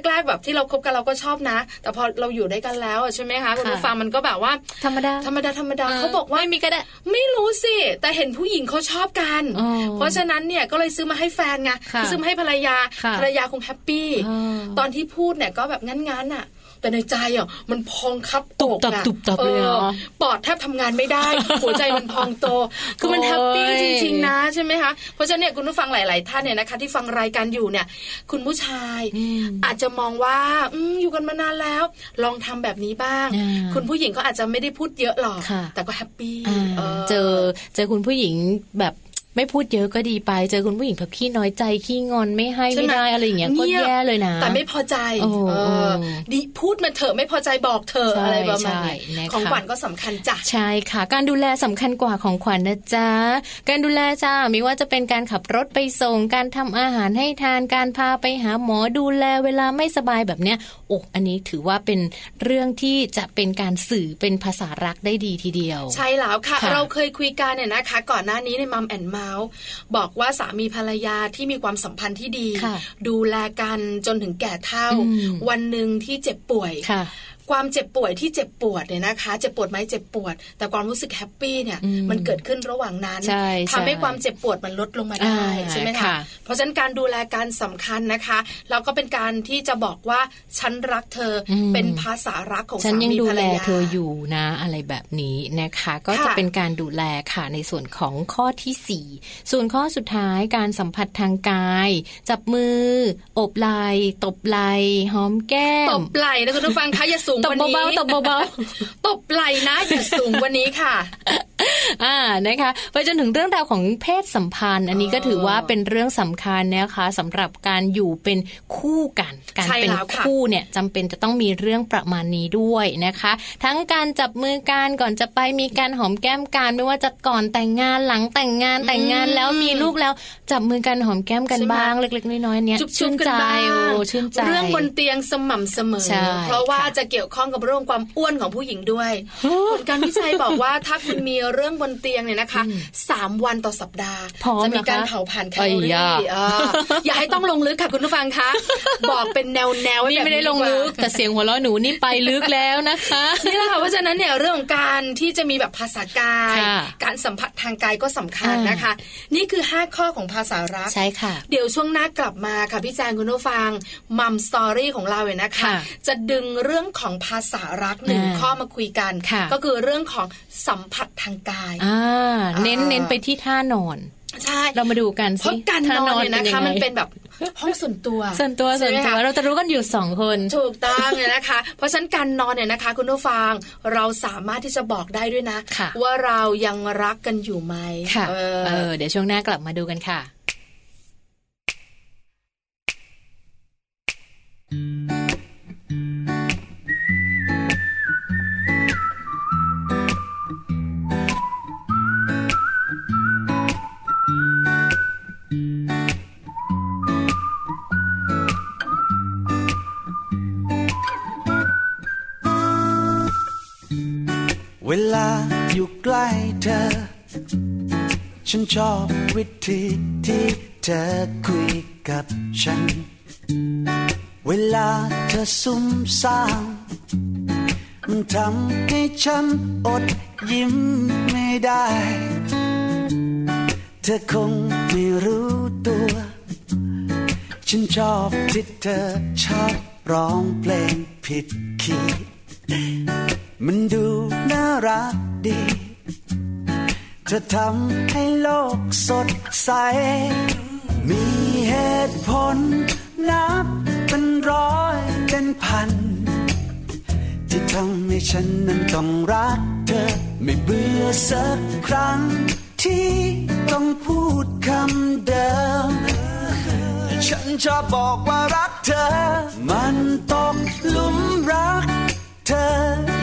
Speaker 3: แรกๆแบบที่เราคบกันเราก็ชอบนะ แต่พอเราอยู่ด้วยกันแล้วอะใช่ไหมคะคุณ
Speaker 2: ค่ะ
Speaker 3: ผู้ฟังมันก็แบบว่า
Speaker 2: ธรรมดา
Speaker 3: ธรรมดาธรรมดา
Speaker 2: เ
Speaker 3: เขาบอกว่า
Speaker 2: ไม่มีก็ได้
Speaker 3: ไม่รู้สิแต่เห็น ห็นผู้หญิงเขาชอบกัน
Speaker 2: อ๋อ
Speaker 3: เพราะฉะนั้นเนี่ยก็เลยซื้อมาให้แฟนไง
Speaker 2: ค่ะ
Speaker 3: ซื้อมาให้ภรรยา
Speaker 2: ค่ะ
Speaker 3: ภรรยาคงแฮปปี้
Speaker 2: อ๋อ
Speaker 3: ตอนที่พูดเนี่ยก็แบบงั้นๆน่ะ แต่ในใจอ่ะมันพองครับ
Speaker 2: ตุบตับ
Speaker 3: อะ
Speaker 2: ตุบตับเลยเหรอ
Speaker 3: ออปอดแทบทำงานไม่ได้ หัวใจมันพองโต คือมัน
Speaker 2: โอ้ย
Speaker 3: แฮปปี้จริงๆนะใช่ไหมคะเพราะฉะนั้นเนี่ยคุณผู้ฟังหลาย ๆ ท่านเนี่ยนะคะ ที่ฟังรายการอยู่เนี่ย คุณผู้ชาย อาจจะมองว่าอมอยู่กันมานานแล้ว ลองทำแบบนี้บ้าง
Speaker 2: อ่า
Speaker 3: คุณผู้หญิงก็อาจจะไม่ได้พูดเยอะหรอก
Speaker 2: ค่ะ
Speaker 3: แต่ก็แฮปปี้
Speaker 2: อ่า
Speaker 3: เออ
Speaker 2: เจอเจอคุณผู้หญิงแบบไม่พูดเยอะก็ดีไป เจอคุณผู้หญิงแบบขี้น้อยใจขี้งอนไม่ให้
Speaker 3: ใช่
Speaker 2: ไม่
Speaker 3: ห
Speaker 2: ได้อะไรอย่างเงี้ยก็
Speaker 3: งีบ
Speaker 2: แย่เลยนะ
Speaker 3: แต่ไม่พอใจ
Speaker 2: โอ้
Speaker 3: เออ
Speaker 2: โอ้
Speaker 3: ดีพูดมาเถอะไม่พอใจบอกเธอะ
Speaker 2: ใช่
Speaker 3: อะไรประมาณนี้
Speaker 2: ใช่นะคะ
Speaker 3: ของขวัญก็สำคัญจ้ะ
Speaker 2: ใช่ค่ะ การดูแลสำคัญกว่าของขวัญนะจ๊ะ การดูแลจ้าไม่ว่าจะเป็นการขับรถไปส่ง การทำอาหารให้ทานการพาไปหาหมอดูแลเวลาไม่สบายแบบเนี้ยโอกอันนี้ถือว่าเป็นเรื่องที่จะเป็นการสื่อเป็นภาษารักได้ดีทีเดียว
Speaker 3: ใช่แล้วค่ะ
Speaker 2: ค่ะ
Speaker 3: เราเคยคุยกันเนี่ยนะคะ ก่อนหน้านี้ในมัมแอนเมาส์บอกว่าสามีภรรยาที่มีความสัมพันธ์ที่ดี
Speaker 2: ค่ะ
Speaker 3: ดูแลกันจนถึงแก่เท่า
Speaker 2: อืม
Speaker 3: วันหนึ่งที่เจ็บป่วย
Speaker 2: ค่ะ
Speaker 3: ความเจ็บป่วยที่เจ็บปวดเนี่ยนะคะ เจ็บปวดไหมเจ็บปวด แต่ความรู้สึกแฮปปี้เนี่ย
Speaker 2: อืม
Speaker 3: มันเกิดขึ้นระหว่างนั้น
Speaker 2: ใช่
Speaker 3: ทำให้
Speaker 2: ใช่
Speaker 3: ความเจ็บปวดมันลดลงมาได้
Speaker 2: อ่า
Speaker 3: ใช่ไหม
Speaker 2: ค่ะ
Speaker 3: คะเพราะฉะนั้นการดูแลการสำคัญนะคะแล้วก็เป็นการที่จะบอกว่าฉันรักเธออเป็นภาษารักของ
Speaker 2: ฉัน
Speaker 3: สา
Speaker 2: ยัง
Speaker 3: มี
Speaker 2: ดู
Speaker 3: ภรร
Speaker 2: แล
Speaker 3: ยา
Speaker 2: เธออยู่นะ อะไรแบบนี้นะคะ ก็จะ
Speaker 3: ค่ะ
Speaker 2: เป็นการดูแลค่ะในส่วนของข้อที่สี่ส่วนข้อสุดท้ายการสัมผัสทางกาย จับมือ อบไหล่ตบไหล่หอมแก้ม
Speaker 3: ตบไหล่นะคุณผู้ฟังคะอย่าสูง
Speaker 2: ต
Speaker 3: ก
Speaker 2: บ
Speaker 3: วันนี้
Speaker 2: เบาๆตบเบาๆ
Speaker 3: ตบไหล่นะอย่าสูงกวันนี้ค่ะ
Speaker 2: อ่านะคะไปจนถึงเรื่องราวของเพศสัมพันธ์ อันนี้ก็ถือว่าเป็นเรื่องสำคัญนะคะสำหรับการอยู่เป็นคู่กัน การ
Speaker 3: ใช่
Speaker 2: เป็น
Speaker 3: แล้วค่ะ
Speaker 2: คู่เนี่ยจำเป็นจะต้องมีเรื่องประมาณนี้ด้วยนะคะ ทั้งการจับมือกันก่อนจะไปมีการหอมแก้มกันไม่ว่าจะก่อนแต่งงานหลังแต่งงานแต่งงานแล้วมีลูกแล้วจับมือกันหอมแก้มกันบ้างเล็ก ๆ น้อยๆเนี่ย
Speaker 3: จุ๊บ
Speaker 2: ชื่น
Speaker 3: ๆกัน
Speaker 2: ใจ
Speaker 3: บ้าง
Speaker 2: โอ้ชื่นใจ
Speaker 3: เรื่องบนเตียงสม่ำเสมอ
Speaker 2: ใช่
Speaker 3: เพราะว่า
Speaker 2: ค่ะ
Speaker 3: จะเกี่ยวข้องกับเรื่องความอ้วนของผู้หญิงด้วยผลการวิจัยบอกว่าถ้าคุณมีเรื่องบนเตียงเนี่ยนะคะสามวันต่อสัปดาห์
Speaker 2: พร้อม
Speaker 3: จะมี
Speaker 2: เหรอคะ
Speaker 3: การเผาผ่านแคลอ
Speaker 2: ไอ้
Speaker 3: รี่
Speaker 2: ยา
Speaker 3: เอออย่าให้ต้องลงลึกค่ะคุณผู้ฟังคะ บอกเป็นแนวแนว
Speaker 2: นี่ไม่ได้ลงลึกแต่เสียงหัวเราะหนูนี่ไปลึกแล้วนะคะ
Speaker 3: นี่แหละค่ะเพราะฉะนั้นเนี่ยเรื่องของการที่จะมีแบบภาษากาย
Speaker 2: ค่ะ
Speaker 3: การสัมผัสทางกายก็สำคัญ
Speaker 2: อ่าน
Speaker 3: นะคะ นี่คือห้าข้อของภาษารัก
Speaker 2: ใช่ค่ะ
Speaker 3: เดี๋ยวช่วงหน้ากลับมาค่ะพี่แจงคุณผู้ฟังมัมสตอรี่ของเราเนี่ยนะคะ
Speaker 2: ค่ะ
Speaker 3: จะดึงเรื่องของภาษารักหนึ่ง
Speaker 2: อ่า
Speaker 3: ข้อมาคุยกัน
Speaker 2: ค่ะ
Speaker 3: ก็คือเรื่องของสัมผัสทางกาย
Speaker 2: อ่าเน้นเน้นไปที่ท่านอน
Speaker 3: ใช่
Speaker 2: เรามาดูกัน
Speaker 3: เพ
Speaker 2: สิ
Speaker 3: ราะการ
Speaker 2: ถ้
Speaker 3: นอนเนี่ย
Speaker 2: ป็
Speaker 3: นะคะ
Speaker 2: งไง
Speaker 3: มันเป็นแบบห้องส่วนตัว
Speaker 2: ส่วนตัวส่
Speaker 3: ใช่
Speaker 2: วน
Speaker 3: ไหม
Speaker 2: ตัว
Speaker 3: คะ
Speaker 2: เราจะรู้กันอยู่สองคน
Speaker 3: ถูกต้องเนี่ยนะคะ เพราะฉะนั้นการนอนเนี่ยนะคะ คุณผู้ฟังเราสามารถที่จะบอกได้ด้วยนะ
Speaker 2: ค่ะ
Speaker 3: ว่าเรายังรักกันอยู่ไหม
Speaker 2: ค่ะ
Speaker 3: เออ
Speaker 2: เออเดี๋ยวช่วงหน้ากลับมาดูกันค่ะ
Speaker 5: เวลาอยู่ใกล้เธอ ฉันชอบวิธีที่เธอคุยกับฉัน เวลาเธอซุ่มซ่ามมันทำให้ฉันอดยิ้มไม่ได้ เธอคงไม่รู้ตัว ฉันชอบที่เธอชอบร้องเพลงผิดคีย์ มันดูน่ารักดี เธอทำให้โลกสดใส มีเหตุผลนับเป็นร้อยเป็นพัน ที่ทำให้ฉันนั้นต้องรักเธอ ไม่เบื่อสักครั้ง ที่ต้องพูดคำเดิม ฉันจะบอกว่ารักเธอ มันตกหลุมรัก เธอ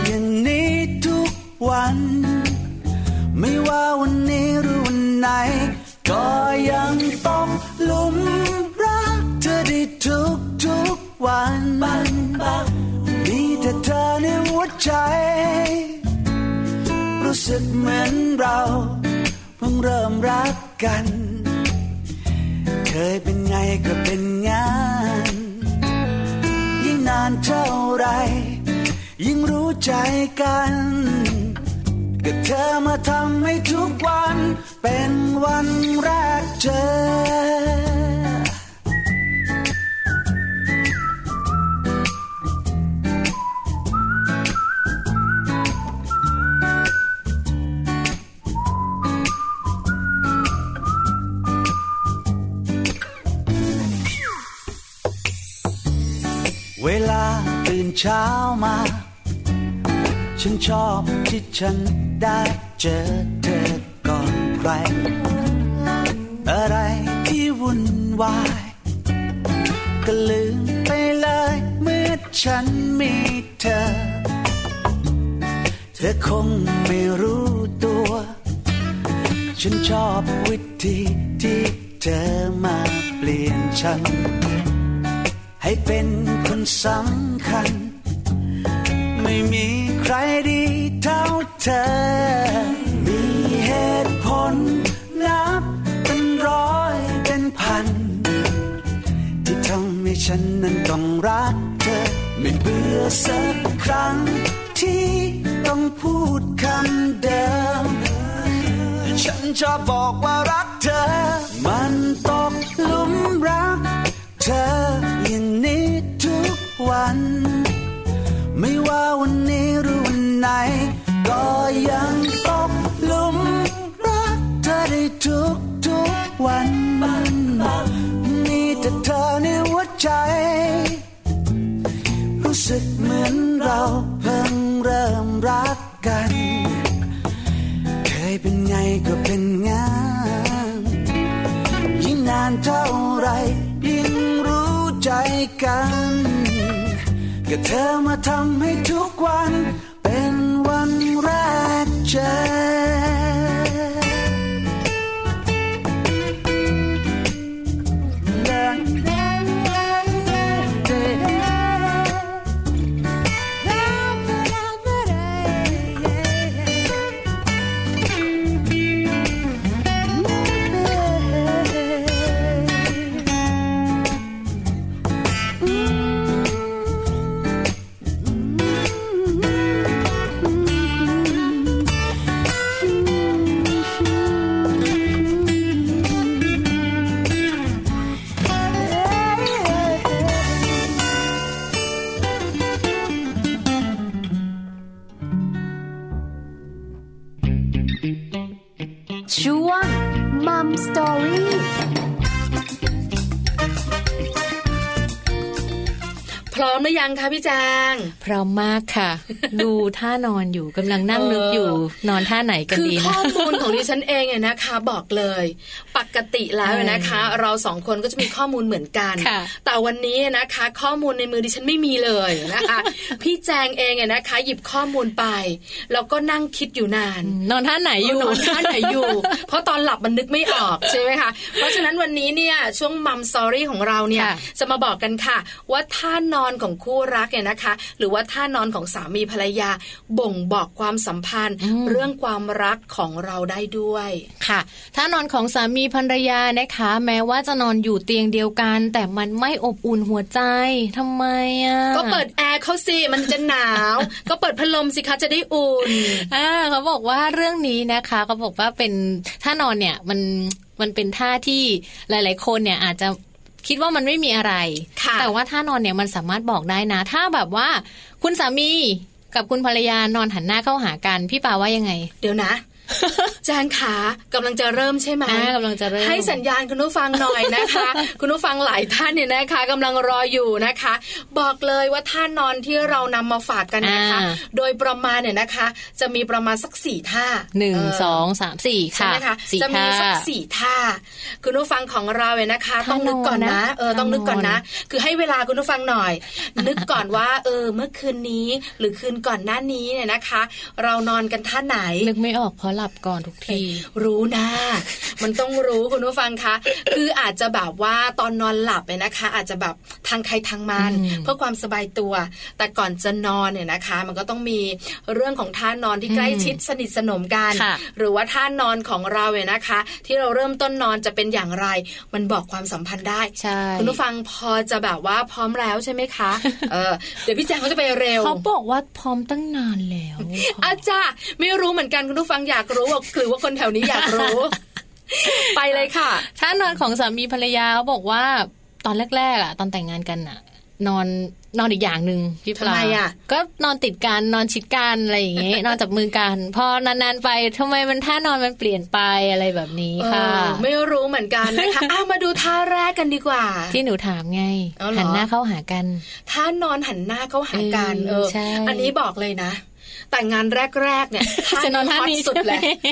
Speaker 5: อย่างนี้ทุกวัน ไม่ว่าวันนี้หรือวันไหน ก็ยังต้องหลุมรักเธอได้ทุกทุกๆวันมีแต่เธอในหัวใจ รู้สึกเหมือนเราเพิ่งเริ่มรักกัน เคยเป็นไงก็เป็นงาน ยิ่งนานเท่าไร ยิ่งรู้ใจกัน ก็เธอมาทำให้ทุกวัน เป็นวันแรกเจอ เวลาตื่นเช้ามา ฉันชอบที่ฉันได้เจอเธอก่อนใคร อะไรที่วุ่นวาย ก็ลืมไปเลยเมื่อฉันมีเธอ เธอคงไม่รู้ตัว ฉันชอบวิธีที่เธอมาเปลี่ยนฉัน ให้เป็นคนสำคัญ ไม่มีใครดีเท่าเธอ มีเหตุผลนับเป็นร้อยเป็นพัน ที่ทำให้ฉันนั้นต้องรักเธอ ไม่เบื่อสักครั้ง ที่ต้องพูดคำเดิม ฉันจะบอกว่ารักเธอ มันตกหลุมรัก เธออย่างนี้ทุกวัน ไม่ว่าวันนี้หรือวันไหน ก็ยังตกหลุมรักเธอได้ทุกทุกๆวันมีแต่เธอในหัวใจ รู้สึกเหมือนเราเพิ่งเริ่มรักกัน เคยเป็นไงก็เป็นงาน ยิ่งนานเท่าไร ยิ่งรู้ใจกัน ก็เธอมาทำให้ทุกวัน เป็นวันแรกเจอ
Speaker 6: ช่วงมัมสตอรี่
Speaker 3: พร้อมหรือยังคะพี่แจง
Speaker 2: พร้อมมากค่ะ ดูท่านอนอยู่กำลังนั่ง
Speaker 3: เออ
Speaker 2: นึก อยู่ นอนท่าไหนกัน
Speaker 3: คือ
Speaker 2: ดี
Speaker 3: ข้
Speaker 2: นะ
Speaker 3: อมูลของดิฉันเองเนี่ยนะคะ บอกเลย ปกติแล้วเนี่ยนะคะ เราสองคนก็จะมีข้อมูลเหมือนกัน
Speaker 2: ค่ะ
Speaker 3: แต่วันนี้นะคะ ข้อมูลในมือดิฉันไม่มีเลย นะคะ พี่แจงเองเนี่ยนะคะ หยิบข้อมูลไป แล้วก็นั่งคิดอยู่นาน
Speaker 2: นอนท่าไหนอยู่
Speaker 3: นอนท่าไหนอยู่ เพราะตอนหลับมันนึกไม่อ อกใช่ไหมคะเพราะฉะนั้นวันนี้เนี่ยช่วงมัมสอรี่ของเราเนี่ย
Speaker 2: ค่ะ
Speaker 3: จะมาบอกกันค่ะ ว่าท่านอนของคู่รักเนี่ยนะคะ หรือว่าท่านอนของสามีภรรยา บ่งบอกความสัมพันธ์ เรื่องความรักของเราได้ด้วย
Speaker 2: ค่ะ ถ้านอนของสามีภรรยานะคะ แม้ว่าจะนอนอยู่เตียงเดียวกัน แต่มันไม่อบอุ่นหัวใจทำไมอ่ะ
Speaker 3: ก็เปิดแอร์เขาสิมันจะหนาว ก็เปิดพัดลมสิคะจะได้อุ่น
Speaker 2: อ่าเขาบอกว่าเรื่องนี้นะคะเขาบอกว่าเป็นท่านอนเนี่ยมันมันเป็นท่าที่หลาย ๆ คนเนี่ยอาจจะคิดว่ามันไม่มีอะไร
Speaker 3: ค่ะ
Speaker 2: แต่ว่าท่านอนเนี่ยมันสามารถบอกได้นะ ถ้าแบบว่า คุณสามีกับคุณภรรยานอนหันหน้าเข้าหากันพี่ปาว่ายังไง
Speaker 3: เดี๋ยวนะ แจงขากำลังจะเริ่มใช่ไหม
Speaker 2: อ่ากำลังจะเริ่ม
Speaker 3: ให้สัญญาณคุณผู้ฟังหน่อยนะคะ คุณผู้ฟังหลายท่านเนี่ยนะคะกำลังรออยู่นะคะ บอกเลยว่าท่านอนที่เรานำมาฝากกันนะคะ
Speaker 2: อ่า
Speaker 3: โดยประมาณเนี่ยนะคะ จะมีประมาณสักสี่ท่า
Speaker 2: หนึ่ง
Speaker 3: เ
Speaker 2: สองสามสี่
Speaker 3: ใช่
Speaker 2: ค่ะ
Speaker 3: ไหมคะ
Speaker 2: สี่
Speaker 3: จะมี
Speaker 2: ท่า
Speaker 3: สักสี่ท่า คุณผู้ฟังของเราเนี่ยนะคะ
Speaker 2: ท่า
Speaker 3: ต้องนึกก่อน
Speaker 2: นอน
Speaker 3: นะ
Speaker 2: นะ
Speaker 3: เออต้องนึกก่อนนะ
Speaker 2: ท่านอน
Speaker 3: คือให้เวลาคุณผู้ฟังหน่อย นึกก่อนว่า เออ เมื่อคืนนี้หรือคืนก่อนหน้านี้เนี่ยนะคะ เรานอนกันท่าไหน
Speaker 2: นึกไม่ออกพอ หลับก่อนทุกที
Speaker 3: รู้นะ มันต้องรู้คุณผู้ฟังคะ คืออาจจะแบบว่าตอนนอนหลับเนี่ยนะคะ อาจจะแบบทางใครทางมัน
Speaker 2: อืม
Speaker 3: เพื่อความสบายตัว แต่ก่อนจะนอนเนี่ยนะคะ มันก็ต้องมีเรื่องของท่านอนที่ใกล้ชิดสนิทสนมกัน
Speaker 2: ค่ะ
Speaker 3: หรือว่าท่านอนของเราเนี่ยนะคะ ที่เราเริ่มต้นนอนจะเป็นอย่างไร มันบอกความสัมพันธ์ได้
Speaker 2: ใช่
Speaker 3: คุณผู้ฟังพอจะแบบว่าพร้อมแล้วใช่ไหมคะ เออเดี๋ยวพี่แจงเขาจะไปเร็ว
Speaker 2: เขาบอกว่าพร้อมตั้งนานแล้ว
Speaker 3: อาจารย์ไม่รู้เหมือนกันคุณผู้ฟังอยากรู้ว่าหรือว่าคนแถวนี้อยากรู้ ไปเลยค่ะ
Speaker 2: ท่านอนของสามีภรรยาเขาบอกว่าตอนแรกๆอ่ะ ตอนแต่งงานกันอ่ะ นอนนอนอีกอย่างหนึ่งพี่ปลา
Speaker 3: ทำไมอะ
Speaker 2: ก็นอนติดกันนอนชิดกันอะไรอย่างเงี้ย นอนจับมือกัน พอนานๆไปทำไมมันท่านอนมันเปลี่ยนไปอะไรแบบนี้ค่ะ
Speaker 3: เออไม่รู้เหมือนกันนะคะ อ่ะมาดูท่าแรกกันดีกว่า
Speaker 2: ที่หนูถามไง
Speaker 3: เอาเหรอ
Speaker 2: หันหน้าเข้าหากัน
Speaker 3: ท่านอนหันหน้าเข้าหากันเอ
Speaker 2: เอ
Speaker 3: อ
Speaker 2: อใช่
Speaker 3: อันนี้บอกเลยนะ แต่งงานแรกๆ เนี่ย
Speaker 2: จะนอนท่านี้
Speaker 3: ฮอตสุดเลย
Speaker 2: ใช่ไ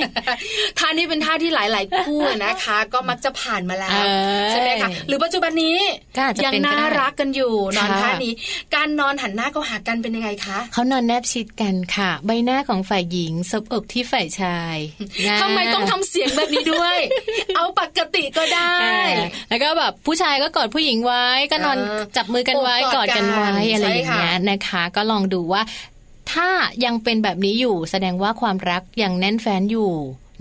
Speaker 2: หม
Speaker 3: ท่านี้เป็นท่าที่หลายๆคู่นะคะ ก็มักจะผ่านมาแล้ว
Speaker 2: เออ
Speaker 3: ใช่ไหมคะหรือปัจจุบันนี้
Speaker 2: ก็อาจจะ
Speaker 3: ยัง
Speaker 2: เป็นก็ได้
Speaker 3: น่ารักกันอยู่นอน
Speaker 2: ค่ะ
Speaker 3: ท่านี้ การนอนหันหน้าเข้าหากันเป็นยังไงคะ
Speaker 2: เขานอนแนบชิดกันค่ะ ใบหน้าของฝ่ายหญิงซบอกที่ฝ่ายชายนะ
Speaker 3: ทำไมต้องทำเสียงแบบนี้ด้วย เอาปกติก็ได้
Speaker 2: เออแล้วก็แบบผู้ชายก็กอดผู้หญิงไว้ก็นอน
Speaker 3: เออ
Speaker 2: จับมือกันไว้
Speaker 3: โอบก
Speaker 2: ก
Speaker 3: อ
Speaker 2: อ
Speaker 3: ด
Speaker 2: ด
Speaker 3: กั
Speaker 2: กัน นไว้อะไร
Speaker 3: ใช่
Speaker 2: อย่าง
Speaker 3: ค่ะ
Speaker 2: เงี้ยนะคะ ก็ลองดูว่า ถ้ายังเป็นแบบนี้อยู่แสดงว่าความรักยังแน่นแฟนอยู่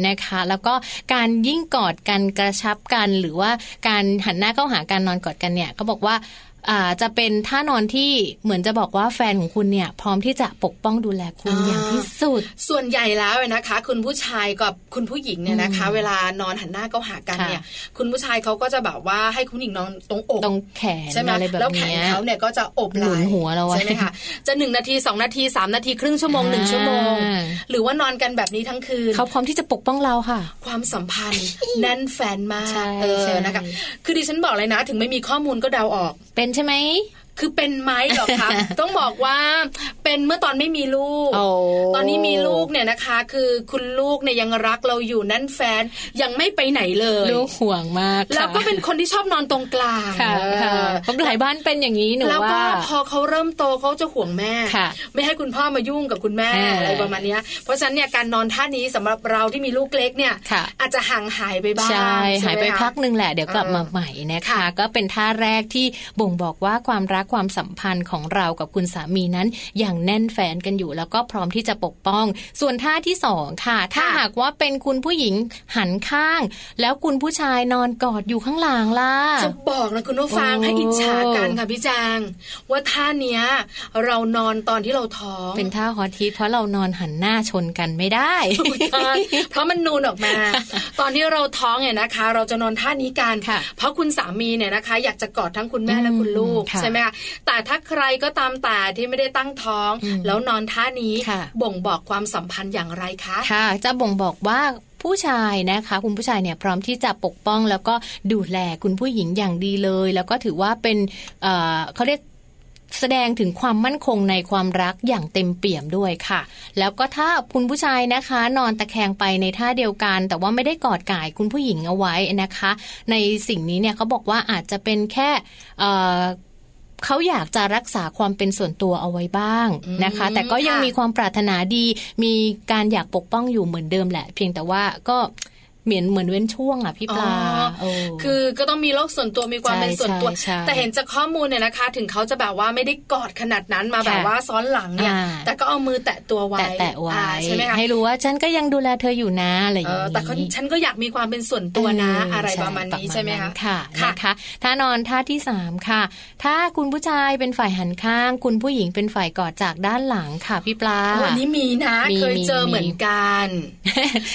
Speaker 2: นะคะ แล้วก็การยิ่งกอดกันกระชับกัน หรือว่าการหันหน้าเข้าหาการนอนกอดกันเนี่ยก็บอกว่าอ่าจะเป็นท่านอนที่เหมือนจะบอกว่าแฟนของคุณเนี่ย พร้อมที่จะปกป้องดูแลคุณอย่างที่สุด
Speaker 3: ส่วนใหญ่แล้วนะคะ คุณผู้ชายกับคุณผู้หญิงเนี่ยนะคะ เวลานอนหันหน้าเข้าหากันเนี่ย คุณผู้ชายเขาก็จะแบบว่าให้คุณหญิงนอนตรงอก
Speaker 2: ตรงแขน
Speaker 3: ใช่ไหม
Speaker 2: อะไรแบบ
Speaker 3: แล้วแขน
Speaker 2: เนี้ย
Speaker 3: เขาเนี่ยก็จะอบไห
Speaker 2: หนุนหัวเราไว้
Speaker 3: ใช่ไหมคะจะหนึ่งนาทีสองนาทีสามนาทีครึ่งชั่วโมงหนึ่ง
Speaker 2: อ่า
Speaker 3: ชั่วโมง หรือว่านอนกันแบบนี้ทั้งคืน
Speaker 2: เขาพร้อมที่จะปกป้องเราค่ะ
Speaker 3: ความสัมพั นธ์ แน่นแฟนมาก
Speaker 2: ใช่
Speaker 3: เอ
Speaker 2: ใช่
Speaker 3: อนะคะ คือดิฉันบอกเลยนะ ถึงไม่มีข้อมูลก็เดาออก
Speaker 2: เป็นใช่ไหม
Speaker 3: คือเป็นไหมเหรอ คะ ต้องบอกว่าเป็นเมื่อตอนไม่มีลูก
Speaker 2: โอ้
Speaker 3: ตอนนี้มีลูกเนี่ยนะคะ คือคุณลูกเนี่ยยังรักเราอยู่นั่นแฟนยังไม่ไปไหนเลย
Speaker 2: ลูกห่วงมากค่ะ
Speaker 3: แล้วก็เป็นคนที่ชอบนอนตรงกลาง
Speaker 2: ค่ะ
Speaker 3: เออ
Speaker 2: ค่ะเพราะหลายบ้านเป็นอย่างนี้หนู
Speaker 3: แล้วก็
Speaker 2: ว่า
Speaker 3: พอเขาเริ่มโตเขาจะห่วงแม่
Speaker 2: ค่ะ
Speaker 3: ไม่ให้คุณพ่อมายุ่งกับคุณแม่
Speaker 2: เอออ
Speaker 3: อะไรประมาณเนี้ยเพราะฉะนั้นเนี่ยการนอนท่านี้สำหรับเราที่มีลูกเล็กเนี่ย
Speaker 2: ค่ะ
Speaker 3: อาจจะห่างหายไปบ้าง
Speaker 2: ใช่ หายไป
Speaker 3: ใช่มคะ
Speaker 2: พักหนึ่งแหละ เดี๋ยวกลับมา
Speaker 3: เออ
Speaker 2: ใหม่นะ
Speaker 3: ค่ะ
Speaker 2: คะ ก็เป็นท่าแรกที่บ่งบอกว่าความรักความสัมพันธ์ของเรากับคุณสามีนั้นอย่างแน่นแฟนกันอยู่ แล้วก็พร้อมที่จะปกป้อง ส่วนท่าที่สองค่ะ ถ้าหากว่าเป็นคุณผู้หญิงหันข้าง แล้วคุณผู้ชายนอนกอดอยู่ข้างหลังล่ะ
Speaker 3: จะบอกนะคุณผู้ฟัง
Speaker 2: โอ้
Speaker 3: ให้อิจฉากันค่ะพี่แจางว่าท่าเนี้ย เรานอนตอนที่เราท้อง
Speaker 2: เป็นท่าฮอตฮิตเพราะเรานอนหันหน้าชนกันไม่ได้
Speaker 3: ถูกต้องเพราะมันนูนออกมา ตอนที่เราท้องเนี่ยนะคะ เราจะนอนท่านี้กัน
Speaker 2: ค่ะ
Speaker 3: เพราะคุณสามีเนี่ยนะคะ อยากจะกอดทั้งคุณแม่และคุณลูก
Speaker 2: อืมค่ะ
Speaker 3: ใช่ไหมคะแต่ถ้าใครก็ตามแต่ที่ไม่ได้ตั้งท้อง
Speaker 2: อืม
Speaker 3: แล้วนอนท่านี้
Speaker 2: ค่ะ
Speaker 3: บ่งบอกความสัมพันธ์อย่างไรคะ
Speaker 2: ค่ะ จะบ่งบอกว่าผู้ชายนะคะคุณผู้ชายเนี่ยพร้อมที่จะปกป้องแล้วก็ดูแลคุณผู้หญิงอย่างดีเลย แล้วก็ถือว่าเป็นเอ่อเขาเรียกแสดงถึงความมั่นคงในความรักอย่างเต็มเปี่ยมด้วยค่ะ แล้วก็ถ้าคุณผู้ชายนะคะ นอนตะแคงไปในท่าเดียวกัน แต่ว่าไม่ได้กอดก่ายคุณผู้หญิงเอาไว้นะคะ ในสิ่งนี้เนี่ยเขาบอกว่าอาจจะเป็นแค่เอ่อ เขาอยากจะรักษาความเป็นส่วนตัวเอาไว้บ้างนะคะ
Speaker 3: อืม
Speaker 2: แต่ก็ยัง
Speaker 3: ค่ะ
Speaker 2: มีความปรารถนาดี มีการอยากปกป้องอยู่เหมือนเดิมแหละ เพียงแต่ว่าก็เหมือนเหมือนเว้นช่วงอ่ะพี่ปลา
Speaker 3: อ๋อ
Speaker 2: เ
Speaker 3: คือ อก็ต้องมีโลกส่วนตัวมีความ
Speaker 2: ใช่
Speaker 3: เป็นส่วนตัว
Speaker 2: ใช่ใช่
Speaker 3: แต่เห็นจากข้อมูลเนี่ยนะคะ ถึงเขาจะแบบว่าไม่ได้กอดขนาดนั้นมา
Speaker 2: ค่ะ
Speaker 3: แบบว่าซ้อนหลังเนี่ย
Speaker 2: อ่า
Speaker 3: แต่ก็เอามือแตะตัวไว้
Speaker 2: แต่แต่ไว้
Speaker 3: อ่าใช่ไหมคะ
Speaker 2: ให้รู้ว่าฉันก็ยังดูแลเธออยู่นะอะไรอ
Speaker 3: เอย่างอ
Speaker 2: นี้
Speaker 3: แต่เขาฉันก็อยากมีความเป็นส่วนตัวนะ
Speaker 2: เ
Speaker 3: อะไรประมาณนี้ใช่ไหมคะ
Speaker 2: ค่ะนะคะท่านอนท่าที่สามค่ะ ถ้าคุณผู้ชายเป็นฝ่ายหันข้าง คุณผู้หญิงเป็นฝ่ายกอดจากด้านหลังค่ะพี่ปลา
Speaker 3: วันนี้มีนะ
Speaker 2: มี
Speaker 3: เคยเจอ
Speaker 2: มี
Speaker 3: เหมือนกัน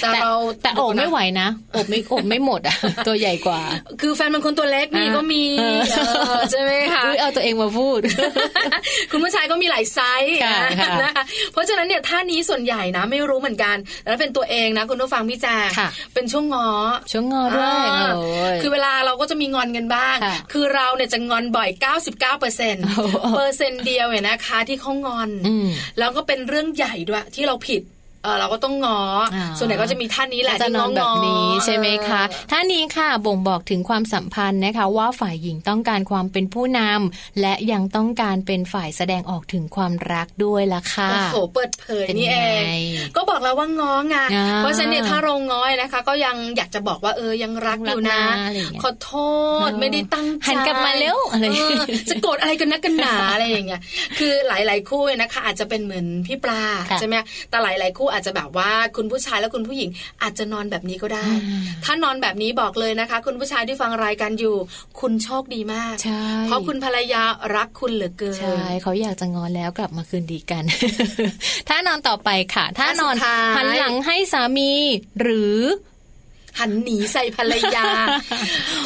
Speaker 3: แต่เรา
Speaker 2: แต่โอบ
Speaker 3: เดี๋
Speaker 2: ไม่
Speaker 3: ยนะ
Speaker 2: ไหวนะโอบไม่โอบไม่หมดอ่ะ ตัวใหญ่กว่า
Speaker 3: คือแฟนบางคนตัวเล็กนี่
Speaker 2: อ่า
Speaker 3: ก็มี
Speaker 2: เออ
Speaker 3: เออใช่ไหมคะ
Speaker 2: อุ๊ยเอาตัวเองมาพูด
Speaker 3: คุณผู้ชายก็มีหลายไซส์
Speaker 2: ค่ะค่ะ
Speaker 3: นะคะเพราะฉะนั้นเนี่ยท่านี้ส่วนใหญ่นะ ไม่รู้เหมือนกัน แล้วเป็นตัวเองนะ คุณผู้ฟังพี่แจง
Speaker 2: ค่ะ
Speaker 3: เป็นช่วงงอ
Speaker 2: ช่วงงอด้วย
Speaker 3: อ่า
Speaker 2: โอ้ย
Speaker 3: คือเวลาเราก็จะมีงอนกันบ้าง
Speaker 2: ค่ะ
Speaker 3: คือเราเนี่ยจะงอนบ่อย 99%เปอร์เซ็น
Speaker 2: โอ้โห
Speaker 3: เดียวเนี่ยนะคะ ที่เขางอน
Speaker 2: อืม
Speaker 3: แล้วก็เป็นเรื่องใหญ่ด้วยที่เราผิด เออเราก็ต้องงออา ส่วนใหญ่ก็จะมีท่านี้แหละ
Speaker 2: จะ
Speaker 3: ที่
Speaker 2: นอนแบบนี้
Speaker 3: ง้อๆ
Speaker 2: ใช่ไหมคะ
Speaker 3: เออ
Speaker 2: ท่านี้ค่ะบ่งบอกถึงความสัมพันธ์นะคะ ว่าฝ่ายหญิงต้องการความเป็นผู้นำและยังต้องการเป็นฝ่ายแสดงออกถึงความรักด้วยล่ะค่ะ
Speaker 3: โอ้โหเปิดเผย
Speaker 2: เป็น
Speaker 3: นี่
Speaker 2: ไง
Speaker 3: เอง ก็บอกแล้วว่าง้อไง
Speaker 2: อ่า
Speaker 3: เพราะฉะนั้นเนี่ยถ้าเราง้อยนะคะ ก็ยังอยากจะบอกว่าเออยังรักอยู่นะ
Speaker 2: รักนะอะไรอย่างเงี้ย
Speaker 3: ขอโทษ
Speaker 2: เออ
Speaker 3: ไม่ได้ตั้งใจ
Speaker 2: หันกลับมาเร็วอะไร
Speaker 3: เออจะโกรธอะไรกันนักกันหนาอะไรอย่างเงี้ยคือหลาย ๆ คู่นะคะ อาจจะเป็นเหมือนพี่ปลาใช่ไหมแต่หลาย ๆ คู่อาจจะแบบว่าคุณผู้ชายและคุณผู้หญิง อาจจะนอนแบบนี้ก็ได้ ถ้านอนแบบนี้บอกเลยนะคะ คุณผู้ชายที่ฟังรายการอยู่ คุณโชคดีมาก
Speaker 2: ใช่
Speaker 3: เพราะคุณภรรยารักคุณเหลือเกิน
Speaker 2: ใช่เขาอยากจะงอนแล้วกลับมาคืนดีกัน ถ้านอนต่อไปค่ะ ถ้านอน
Speaker 3: ท่าสุดท้าย
Speaker 2: หันหลังให้สามีหรือ
Speaker 3: หันหนีใส่ภรรยา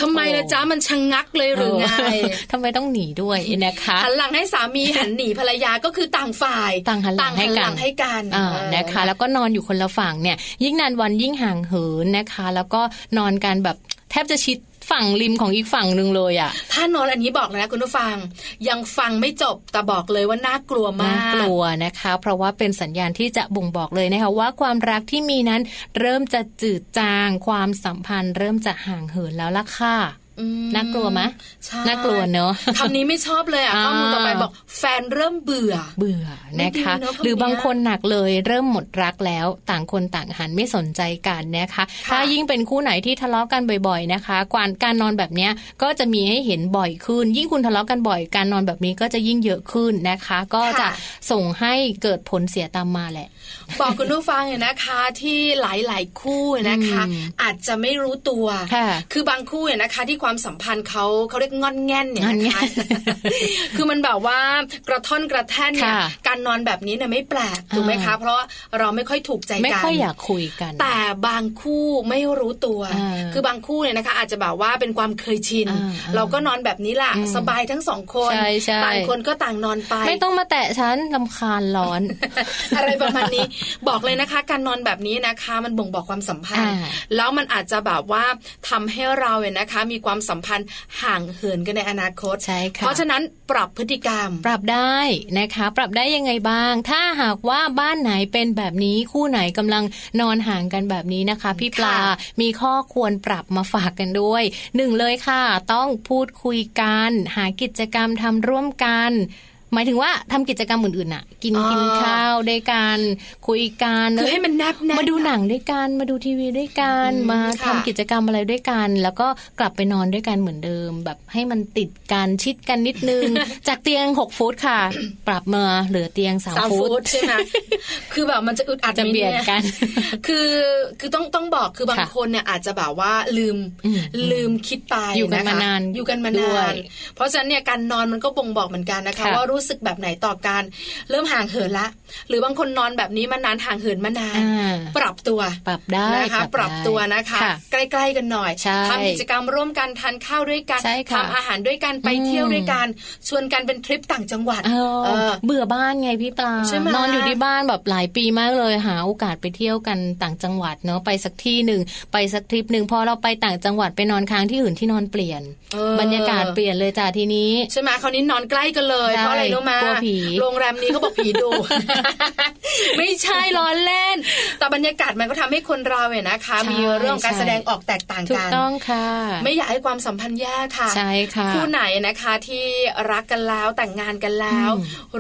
Speaker 3: ทำไมล่ะจ๊ะมันชะงักเลยหรือไง
Speaker 2: เอ ทำไมต้องหนีด้วยนะคะ
Speaker 3: หันหลังให้สามี หันหนีภรรยาก็คือต่างฝ่าย
Speaker 2: ต่างหันหลังให้กัน
Speaker 3: ต่าหัหลังให้กัน
Speaker 2: อ่า
Speaker 3: เออ
Speaker 2: นะคะ แล้วก็นอนอยู่คนละฝั่งเนี่ย ยิ่งนานวันยิ่งห่างเหินนะคะ แล้วก็นอนกันแบบแทบจะชิดฝั่งริมของอีกฝั่งหนึ่งเลยอ่ะ
Speaker 3: ถ้านอนอันนี้บอกเลยนะคุณผู้ฟัง ยังฟังไม่จบ แต่บอกเลยว่าน่ากลัวมา
Speaker 2: น่าก กลัวนะคะ เพราะว่าเป็นสัญญาณที่จะบ่งบอกเลยนะคะว่าความรักที่มีนั้นเริ่มจะจืดจาง ความสัมพันธ์ เริ่มจะห่างเหินแล้วล่ะค่ะ
Speaker 3: อืม
Speaker 2: น่ากลัวไหม
Speaker 3: ใช่
Speaker 2: น่ากลัวเนอะ
Speaker 3: คำนี้ไม่ชอบเลยอ่ะ
Speaker 2: อ่า
Speaker 3: ข้อมูลต่อไปบอกแฟนเริ่มเบื่อ
Speaker 2: เบื่อนะคะ
Speaker 3: ไม่ดีเนอะพวกเนี้ย
Speaker 2: หรือบางคนหนักเลยเริ่มหมดรักแล้วต่างคนต่างหันไม่สนใจกันนะคะ
Speaker 3: ค่ะ
Speaker 2: ถ้ายิ่งเป็นคู่ไหนที่ทะเลาะกันบ่อยๆนะคะการการนอนแบบเนี้ยก็จะมีให้เห็นบ่อยขึ้น ยิ่งคุณทะเลาะกันบ่อย การนอนแบบนี้ก็จะยิ่งเยอะขึ้นนะคะ ก็จะส่งให้เกิดผลเสียตามมาแหละ
Speaker 3: บอกคุณผู้ฟังเนี่ยนะคะที่หลายๆคู่นะคะ
Speaker 2: อืม
Speaker 3: อาจจะไม่รู้ตัว
Speaker 2: ค่ะ
Speaker 3: อบางคู่เนี่ยนะคะ ที่ความสัมพันธ์เขาเขาเรียกงอนแง่นเนี่ย
Speaker 2: อัน
Speaker 3: นะ
Speaker 2: เนี้ย
Speaker 3: คะ คือมันแบบว่ากระท่อนกระแท่นเนี่ย
Speaker 2: ค่ะ
Speaker 3: การนอนแบบนี้เนี่ยไม่แปลกถูกไหม
Speaker 2: อ่า
Speaker 3: คะ เพราะเราไม่ค่อยถูกใจกัน
Speaker 2: ไม่ค่อยอยากคุยกัน
Speaker 3: แต่บางคู่ไม่รู้ตัว
Speaker 2: อ่า
Speaker 3: คือบางคู่เนี่ยนะคะ อาจจะแบบว่าเป็นความเคยชิน
Speaker 2: อ่าอ่า
Speaker 3: เราก็นอนแบบนี้ล่ะ
Speaker 2: อืม
Speaker 3: สบายทั้งสองคน
Speaker 2: ใช่ใช่
Speaker 3: ต่างคนก็ต่างนอนไป
Speaker 2: ไม่ต้องมาแตะฉันลำคาญร้อน
Speaker 3: อะไรประมาณนี้ บอกเลยนะคะ การนอนแบบนี้นะคะ มันบ่งบอกความสัมพันธ์
Speaker 2: อ่า
Speaker 3: แล้วมันอาจจะแบบว่าทำให้เราเนี่ยนะคะ มีความสัมพันธ์ห่างเหินกันในอนาคต
Speaker 2: ใช่ค่ะ
Speaker 3: เพราะฉะนั้นปรับพฤติกรรม
Speaker 2: ปรับได้นะคะ ปรับได้ยังไงบ้าง ถ้าหากว่าบ้านไหนเป็นแบบนี้คู่ไหนกำลังนอนห่างกันแบบนี้นะคะ พี่ปลา
Speaker 3: ค่ะ
Speaker 2: มีข้อควรปรับมาฝากกันด้วยหนึ่งเลยค่ะ ต้องพูดคุยกัน หากิจกรรมทำร่วมกัน หมายถึงว่าทำกิจกรรมอื่นๆน่ะ กินกินข้าวด้วยกันคุยกัน
Speaker 3: คือให้มันแนบแน่น
Speaker 2: มาดูหนังด้วยกัน มาดูทีวีด้วยกัน
Speaker 3: อืม
Speaker 2: มาทำ
Speaker 3: ค่ะ
Speaker 2: กิจกรรมอะไรด้วยกัน แล้วก็กลับไปนอนด้วยกันเหมือนเดิม แบบให้มันติดกันชิดกันนิดนึ ง จากเตียง 6 ฟุตค่ะ ปรับมาเหลือเตียง
Speaker 3: สาม
Speaker 2: 3 ฟุ
Speaker 3: ฟุ
Speaker 2: ต
Speaker 3: ตใช่ไหม คือแบบมันจะอึดอัดไหม
Speaker 2: จะเบียด
Speaker 3: นี่
Speaker 2: กัน
Speaker 3: คือคือต้องต้องบอกคือบาง
Speaker 2: ค่ะ
Speaker 3: คนเนี่ยอาจจะแบบว่าลืม
Speaker 2: อืม
Speaker 3: ลืมคิดไป
Speaker 2: อยู่กันะคะ มานาน
Speaker 3: อยู่กันมา
Speaker 2: ด้
Speaker 3: นา
Speaker 2: วน ย
Speaker 3: เพราะฉะนั้นเนี่ยการนอนมันก็บ่งบอกเหมือนกันนะคะ
Speaker 2: ค่ะ
Speaker 3: ว่ารู้สึกแบบไหนต่อการเริ่มห่างเหินละ หรือบางคนนอนแบบนี้มานานห่างเหินมานาน
Speaker 2: อ่า
Speaker 3: ปรับตัว
Speaker 2: ปรับได้
Speaker 3: นะคะป
Speaker 2: ปรั
Speaker 3: รับบ
Speaker 2: ได้
Speaker 3: ตัวนะคะ
Speaker 2: ค่ะ
Speaker 3: ใกล้ๆกันหน่อย
Speaker 2: ใช่
Speaker 3: ทำกิจกรรมร่วมกันทานข้าวด้วยกัน
Speaker 2: ใช่ค่ะ
Speaker 3: ทำอาหารด้วยกันไป
Speaker 2: อืม
Speaker 3: เที่ยวด้วยกันชวนกันเป็นทริปต่างจังหวัด
Speaker 2: เอา
Speaker 3: เออ
Speaker 2: เบื่อบ้านไงพี่ปลา
Speaker 3: ใช่ไหม
Speaker 2: นอนอยู่ที่บ้านแบบหลายปีมากเลย หาโอกาสไปเที่ยวกันต่างจังหวัดเนาะไปสักที่หนึ่งไปสักทริปหนึ่งพอเราไปต่างจังหวัดไปนอนค้างที่อื่นที่นอนเปลี่ยน
Speaker 3: เออ
Speaker 2: บรรยากาศเปลี่ยนเลยจ้าทีนี้
Speaker 3: ใช่ไหมคราวนี้นอนใกล้กันเลย
Speaker 2: ใช่
Speaker 3: เพราะอะไรรู้มาก
Speaker 2: ลัวผี
Speaker 3: โรงแรมนี้เขาบอกผีดุ ไม่ใช่ล้อเล่น แต่บรรยากาศมันก็ทำให้คนเราเนี่ยนะคะ
Speaker 2: ใช่
Speaker 3: มีเรื่องการ
Speaker 2: ใช่
Speaker 3: แสดงออกแตกต่าง
Speaker 2: ถู
Speaker 3: กั
Speaker 2: ก
Speaker 3: น
Speaker 2: ต้องค่ะ
Speaker 3: ไม่อยากให้ความสัมพันธ์แย่ค่ะ
Speaker 2: ใช่ค่ะ
Speaker 3: คู่ไหนนะคะที่รักกันแล้วแต่งงานกันแล้ว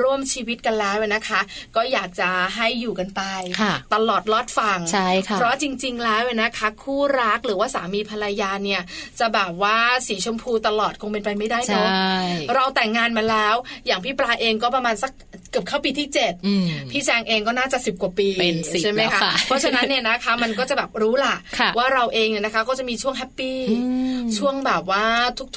Speaker 3: ร่วมชีวิตกันแล้วนะคะ ก็อยากจะให้อยู่กันไป
Speaker 2: ค่ะ
Speaker 3: ตลอดลอดฟัง
Speaker 2: ใช่ค่ะ
Speaker 3: เพราะจริง ๆ แล้วนะคะ คู่รักหรือว่าสามีภรรยาเนี่ยจะแบบว่าสีชมพูตลอดคงเป็นไปไม่ได้เนอะ
Speaker 2: ใช่
Speaker 3: เราแต่งงานมาแล้ว อย่างพี่ปลาเองก็ประมาณสักเกือบเข้าปีที่เจ็ด
Speaker 2: อืม
Speaker 3: พี่แจงเองก็น่าจะสิบกว่าปี
Speaker 2: เป็นสิบ
Speaker 3: ใช่ไหม
Speaker 2: แล้ว
Speaker 3: คะ
Speaker 2: ค่ะ
Speaker 3: เพราะฉะนั้นเนี่ยนะคะ มันก็จะแบบรู้ล่ะ
Speaker 2: ค่ะ
Speaker 3: ว่าเราเองเนี่ยนะคะ ก็จะมีช่วงแฮปปี้
Speaker 2: อืม
Speaker 3: ช่วงแบบว่า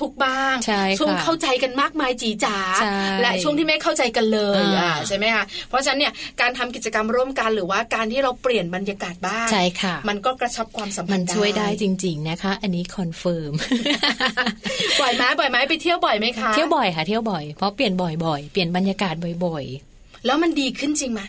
Speaker 3: ทุกๆบ้าง
Speaker 2: ใช่ค่ะ
Speaker 3: ช่วงเข้าใจกันมากมายจีจ๋า
Speaker 2: ใช่
Speaker 3: และช่วงที่ไม่เข้าใจกันเลย
Speaker 2: อ่า
Speaker 3: อ่าใช่ไหมคะเพราะฉะนั้นเนี่ยการทำกิจกรรมร่วมกันหรือว่าการที่เราเปลี่ยนบรรยากาศบ้าง
Speaker 2: ใช่ค่ะ
Speaker 3: มันก็กระชับความสัมพั
Speaker 2: มัน น
Speaker 3: ธ์
Speaker 2: ช่วยได้จริง ๆนะคะ อันนี้คอนเฟิร์ม
Speaker 3: บ่อยไหมบ่อยไหมไปเที่ยวบ่อยไหมคะ
Speaker 2: เที่ยวบ่อยค่ะเที่ยวบ่อยเพราะเปลี่ยนบ่อยๆ เปลี่ยนบรรยากาศบ่อย
Speaker 3: แล้วมันดีขึ้นจริงไหม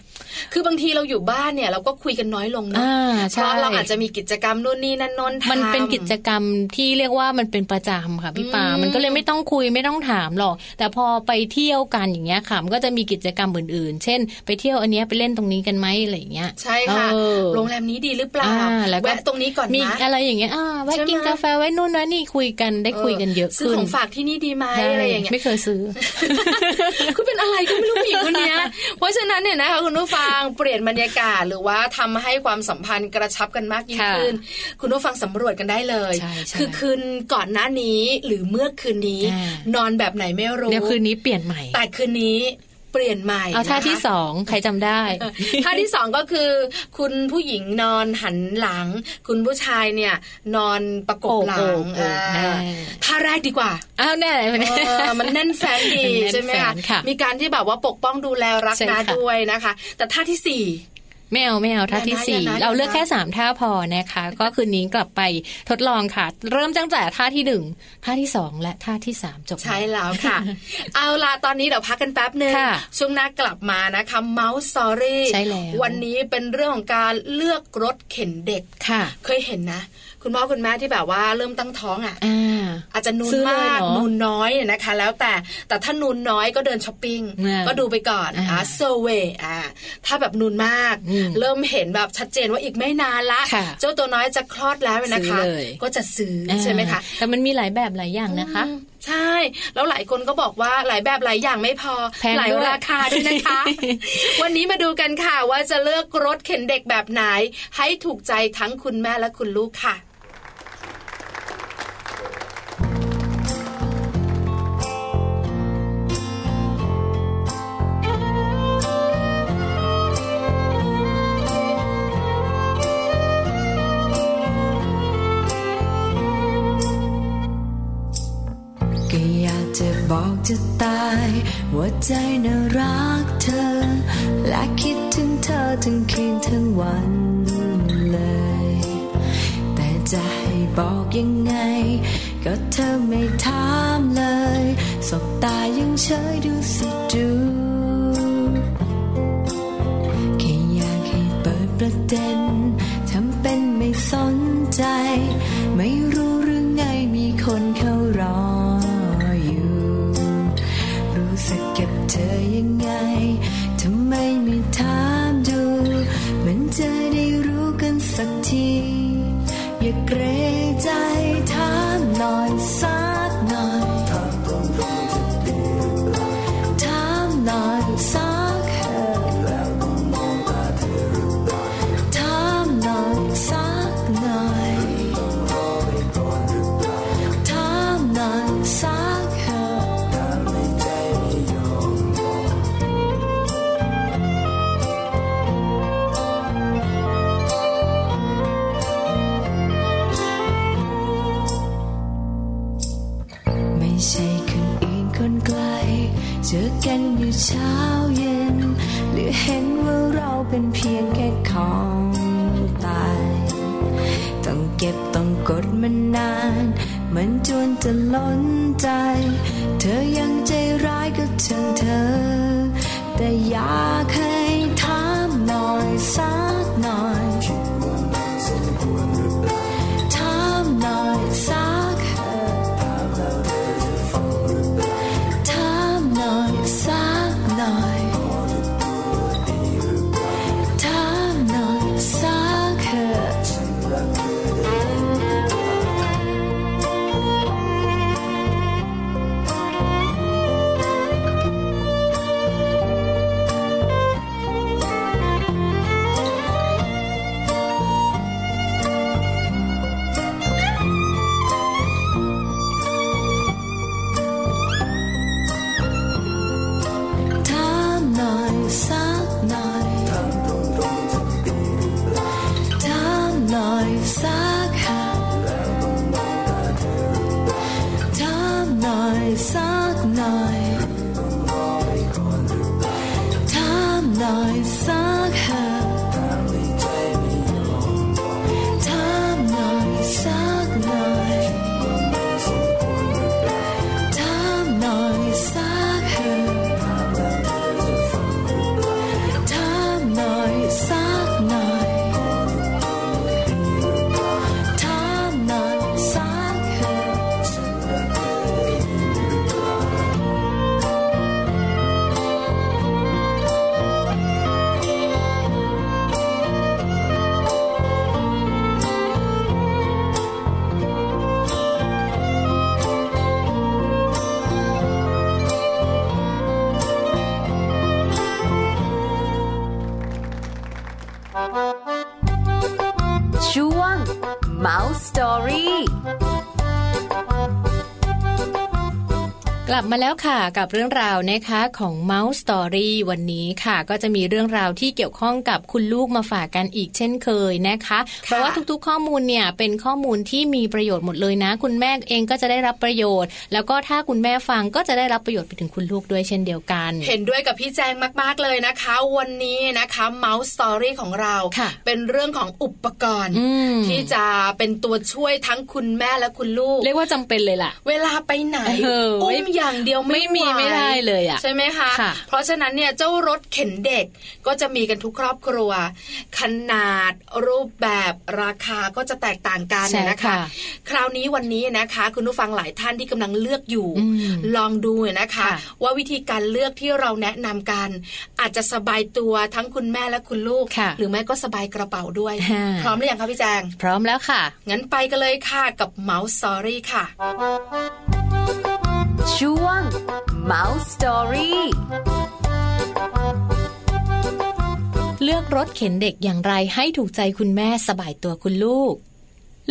Speaker 3: คือบางทีเราอยู่บ้านเนี่ย เราก็คุยกันน้อยลงนะ
Speaker 2: อ่า
Speaker 3: เพ
Speaker 2: ใช่
Speaker 3: ราะเราอาจจะมีกิจกรรมนู่นนี่นั่นโนนทำ
Speaker 2: มันเป็นกิจกรรมที่เรียกว่ามันเป็นประจำค่ะพี่ปา
Speaker 3: อืม
Speaker 2: มันก็เลยไม่ต้องคุยไม่ต้องถามหรอก แต่พอไปเที่ยวกันอย่างเงี้ยค่ะ มันก็จะมีกิจกรรมอื่นๆ เช่น ไปเที่ยวอันเนี้ยไปเล่นตรงนี้กันไหมอะไรอย่างเงี้ย
Speaker 3: ใช่ค่ะ
Speaker 2: เออ
Speaker 3: โรงแรมนี้ดีหรือเปล่า
Speaker 2: อ่แล้วก็
Speaker 3: แวะตรงนี้ก่อน
Speaker 2: มี
Speaker 3: นะ
Speaker 2: อะไรอย่างเงี้ยอ่าแวะ
Speaker 3: ใช่ไหม
Speaker 2: กินกาแฟไว้นู่นไว้นี่คุยกันได้คุยกันเยอะ
Speaker 3: ซื้อ
Speaker 2: ขึ้น
Speaker 3: ของฝากที่นี่ดีไหม
Speaker 2: ใช่
Speaker 3: อะไรอย่างเงี้ย
Speaker 2: ไม่เคยซื้อ
Speaker 3: คือเป็นอะไรก็ไม่รู้ผู้หญิงคนเนี้ย เพราะฉะนั้นเนี่ยนะคะคุณผู้ฟังเปลี่ยนบรรยากาศหรือว่าทำให้ความสัมพันธ์กระชับกันมากยิ่ง
Speaker 2: ค่ะ
Speaker 3: ขึ้น คุณผู้ฟังสำรวจกันได้เลย
Speaker 2: ใช่ใช่
Speaker 3: คือคืนก่อนหน้านี้หรือเมื่อคืนนี้
Speaker 2: อ่า
Speaker 3: นอนแบบไหนไม่รู้
Speaker 2: เดี๋ยวคืนนี้เปลี่ยนใหม่
Speaker 3: แต่คืนนี้เปลี่ยนใหม่
Speaker 2: เอาท่า
Speaker 3: นะคะ
Speaker 2: ที่สองใครจำได้
Speaker 3: ท่าที่สองก็คือ คุณผู้หญิงนอนหันหลัง คุณผู้ชายเนี่ย นอนประกบหลั
Speaker 2: โอบ
Speaker 3: ง
Speaker 2: โอบโอบ
Speaker 3: อ่า
Speaker 2: อ่า
Speaker 3: ท่าแรกดีกว่า
Speaker 2: อ้าวแน่เลยวัน
Speaker 3: เอ
Speaker 2: นี้
Speaker 3: อมันแน่นแฟนดี
Speaker 2: มันแน่น
Speaker 3: ใช่ไหม
Speaker 2: แฟนค่ะ
Speaker 3: มีการที่แบบว่าปกป้องดูแลรัก
Speaker 2: ใช่
Speaker 3: นะ
Speaker 2: ค่ะ
Speaker 3: ด้วยนะคะ แต่ท่าที่สี่
Speaker 2: ไม่เอาไม่เอาท่าที่สี่
Speaker 3: อย่านะอย่านะ
Speaker 2: เราเลือกแค่สามท่าพอนะคะ ก็คืนนี้กลับไปทดลองค่ะ เริ่มตั้งแต่ท่าที่หนึ่งท่าที่สองและท่าที่สามจบ
Speaker 3: ใช่แล้ว ค่ะ เอาล่ะตอนนี้เดี๋ยวพักกันแป๊บหนึ่ง
Speaker 2: ค่ะ
Speaker 3: ช่วงหน้ากลับมานะคะเมาส์สอรี่
Speaker 2: ใช่แล้ว
Speaker 3: วันนี้เป็นเรื่องของการเลือกรถเข็นเด็ก
Speaker 2: ค่ะ
Speaker 3: เคยเห็นนะ คุณพ่อคุณแม่ที่แบบว่าเริ่มตั้งท้องอ่ะ
Speaker 2: อ่า
Speaker 3: อาจจะนูน
Speaker 2: ซื้อเลย
Speaker 3: มาก
Speaker 2: เหรอ
Speaker 3: นูนน้อยเนี่ยนะคะ แล้วแต่แต่ถ้านูนน้อยก็เดินช้อปปิ้ง
Speaker 2: อ่า
Speaker 3: ก็ดูไปก่อน
Speaker 2: อ่า
Speaker 3: อ่าเซเวอ่าถ้าแบบนูนมาก
Speaker 2: อืม
Speaker 3: เริ่มเห็นแบบชัดเจนว่าอีกไม่นานละ
Speaker 2: ค่ะ
Speaker 3: เจ้าตัวน้อยจะคลอดแล้วเนี่ยนะคะ
Speaker 2: ซื้อเลย
Speaker 3: ก็จะซื้อใช่ไหมคะ
Speaker 2: แต่มันมีหลายแบบหลายอย่างนะคะ
Speaker 3: อืมใช่ แล้วหลายคนก็บอกว่าหลายแบบหลายอย่างไม่พอ
Speaker 2: แพง
Speaker 3: หลาย
Speaker 2: ด้วย
Speaker 3: ราคาด้วยนะคะ วันนี้มาดูกันค่ะว่าจะเลือกรถเข็นเด็กแบบไหน ให้ถูกใจทั้งคุณแม่และคุณลูกค่ะ
Speaker 6: ก็อยากจะบอกจะตายว่าใจน่ารักเธอ และคิดถึงเธอทั้งคืนทั้งวันเลย แต่จะให้บอกยังไง ก็เธอไม่ถามเลย สบตายังเฉยดูสิดู แค่อยากให้เปิดประเด็นทำเป็นไม่สนใจ ไม่รู้หรือไงมีคนเขารออยู่ รู้สึกกับเธอยังไงทำไมไม่ถามดู มันจะได้รู้กันสักที อย่าเกรงใจถามหน่อยสักหน่อย ถามหน่อยสักเถอะ ถามหน่อยสักหน่อยถามหน่อยสักเถอะไม่ใช่คนอื่นคนไกล เจอกันอยู่เช้าเย็น หรือเห็นว่าเราเป็นเพียงแค่ของตาย ต้องเก็บต้องกดมันนาน เหมือนจนจะล้นใจ เธอยังใจร้ายก็เชิงเธอ แต่อยากให้ถามหน่อยสักหน่อยถามหน่อยสักเถอะ ถามหน่อยสักหน่อยถามหน่อยสักเถอะถามหน่อยสักหน่อยถามหน่อยสักเถอะถามหน่อยสักหน่อยถามหน่อยสักเถอะถามหน่อยสักหน่อย ถามหน่อยสักเถอะ ช่วง Mouse Story
Speaker 2: กลับมาแล้วค่ะกับเรื่องราวนะคะของ Mouse Story วันนี้ค่ะ ก็จะมีเรื่องราวที่เกี่ยวข้องกับคุณลูกมาฝากกันอีกเช่นเคยนะคะ เพราะว่าทุกๆข้อมูลเนี่ยเป็นข้อมูลที่มีประโยชน์หมดเลยนะ คุณแม่เองก็จะได้รับประโยชน์ แล้วก็ถ้าคุณแม่ฟังก็จะได้รับประโยชน์ไปถึงคุณลูกด้วยเช่นเดียวกัน
Speaker 3: เห็นด้วยกับพี่แจงมาก ๆ เลยนะคะ วันนี้นะคะ Mouse Story ของเรา
Speaker 2: ค่ะ
Speaker 3: เป็นเรื่องของอุปกรณ์
Speaker 2: อืม
Speaker 3: ที่จะเป็นตัวช่วยทั้งคุณแม่และคุณลูก
Speaker 2: เรียกว่าจำเป็นเลยล่ะ
Speaker 3: เวลาไปไหน
Speaker 2: เออ
Speaker 3: อุ้มอย่างเดียวไม่
Speaker 2: ไม่มี
Speaker 3: หว
Speaker 2: ไม่ได้เลยอะ
Speaker 3: ใช่ไหมคะ
Speaker 2: ค่ะ
Speaker 3: เพราะฉะนั้นเนี่ยเจ้ารถเข็นเด็กก็จะมีกันทุกครอบครัว ขนาดรูปแบบราคาก็จะแตกต่างกัน
Speaker 2: ใช่
Speaker 3: นะคะ คราวนี้วันนี้นะคะ คุณผู้ฟังหลายท่านที่กำลังเลือกอยู่
Speaker 2: อืม
Speaker 3: ลองดูนะคะ
Speaker 2: ค่ะ
Speaker 3: ว่าวิธีการเลือกที่เราแนะนำกัน อาจจะสบายตัวทั้งคุณแม่และคุณลูก
Speaker 2: ค่ะ
Speaker 3: หรือไม่ก็สบายกระเป๋าด้วย
Speaker 2: ฮะ
Speaker 3: พร้อมหรือยังคะพี่แจง
Speaker 2: พร้อมแล้วค่ะ
Speaker 3: งั้นไปกันเลยค่ะกับ Mouse Story ค่ะ
Speaker 6: ช่วง Mouse Story
Speaker 2: เลือกรถเข็นเด็กอย่างไรให้ถูกใจคุณแม่สบายตัวคุณลูก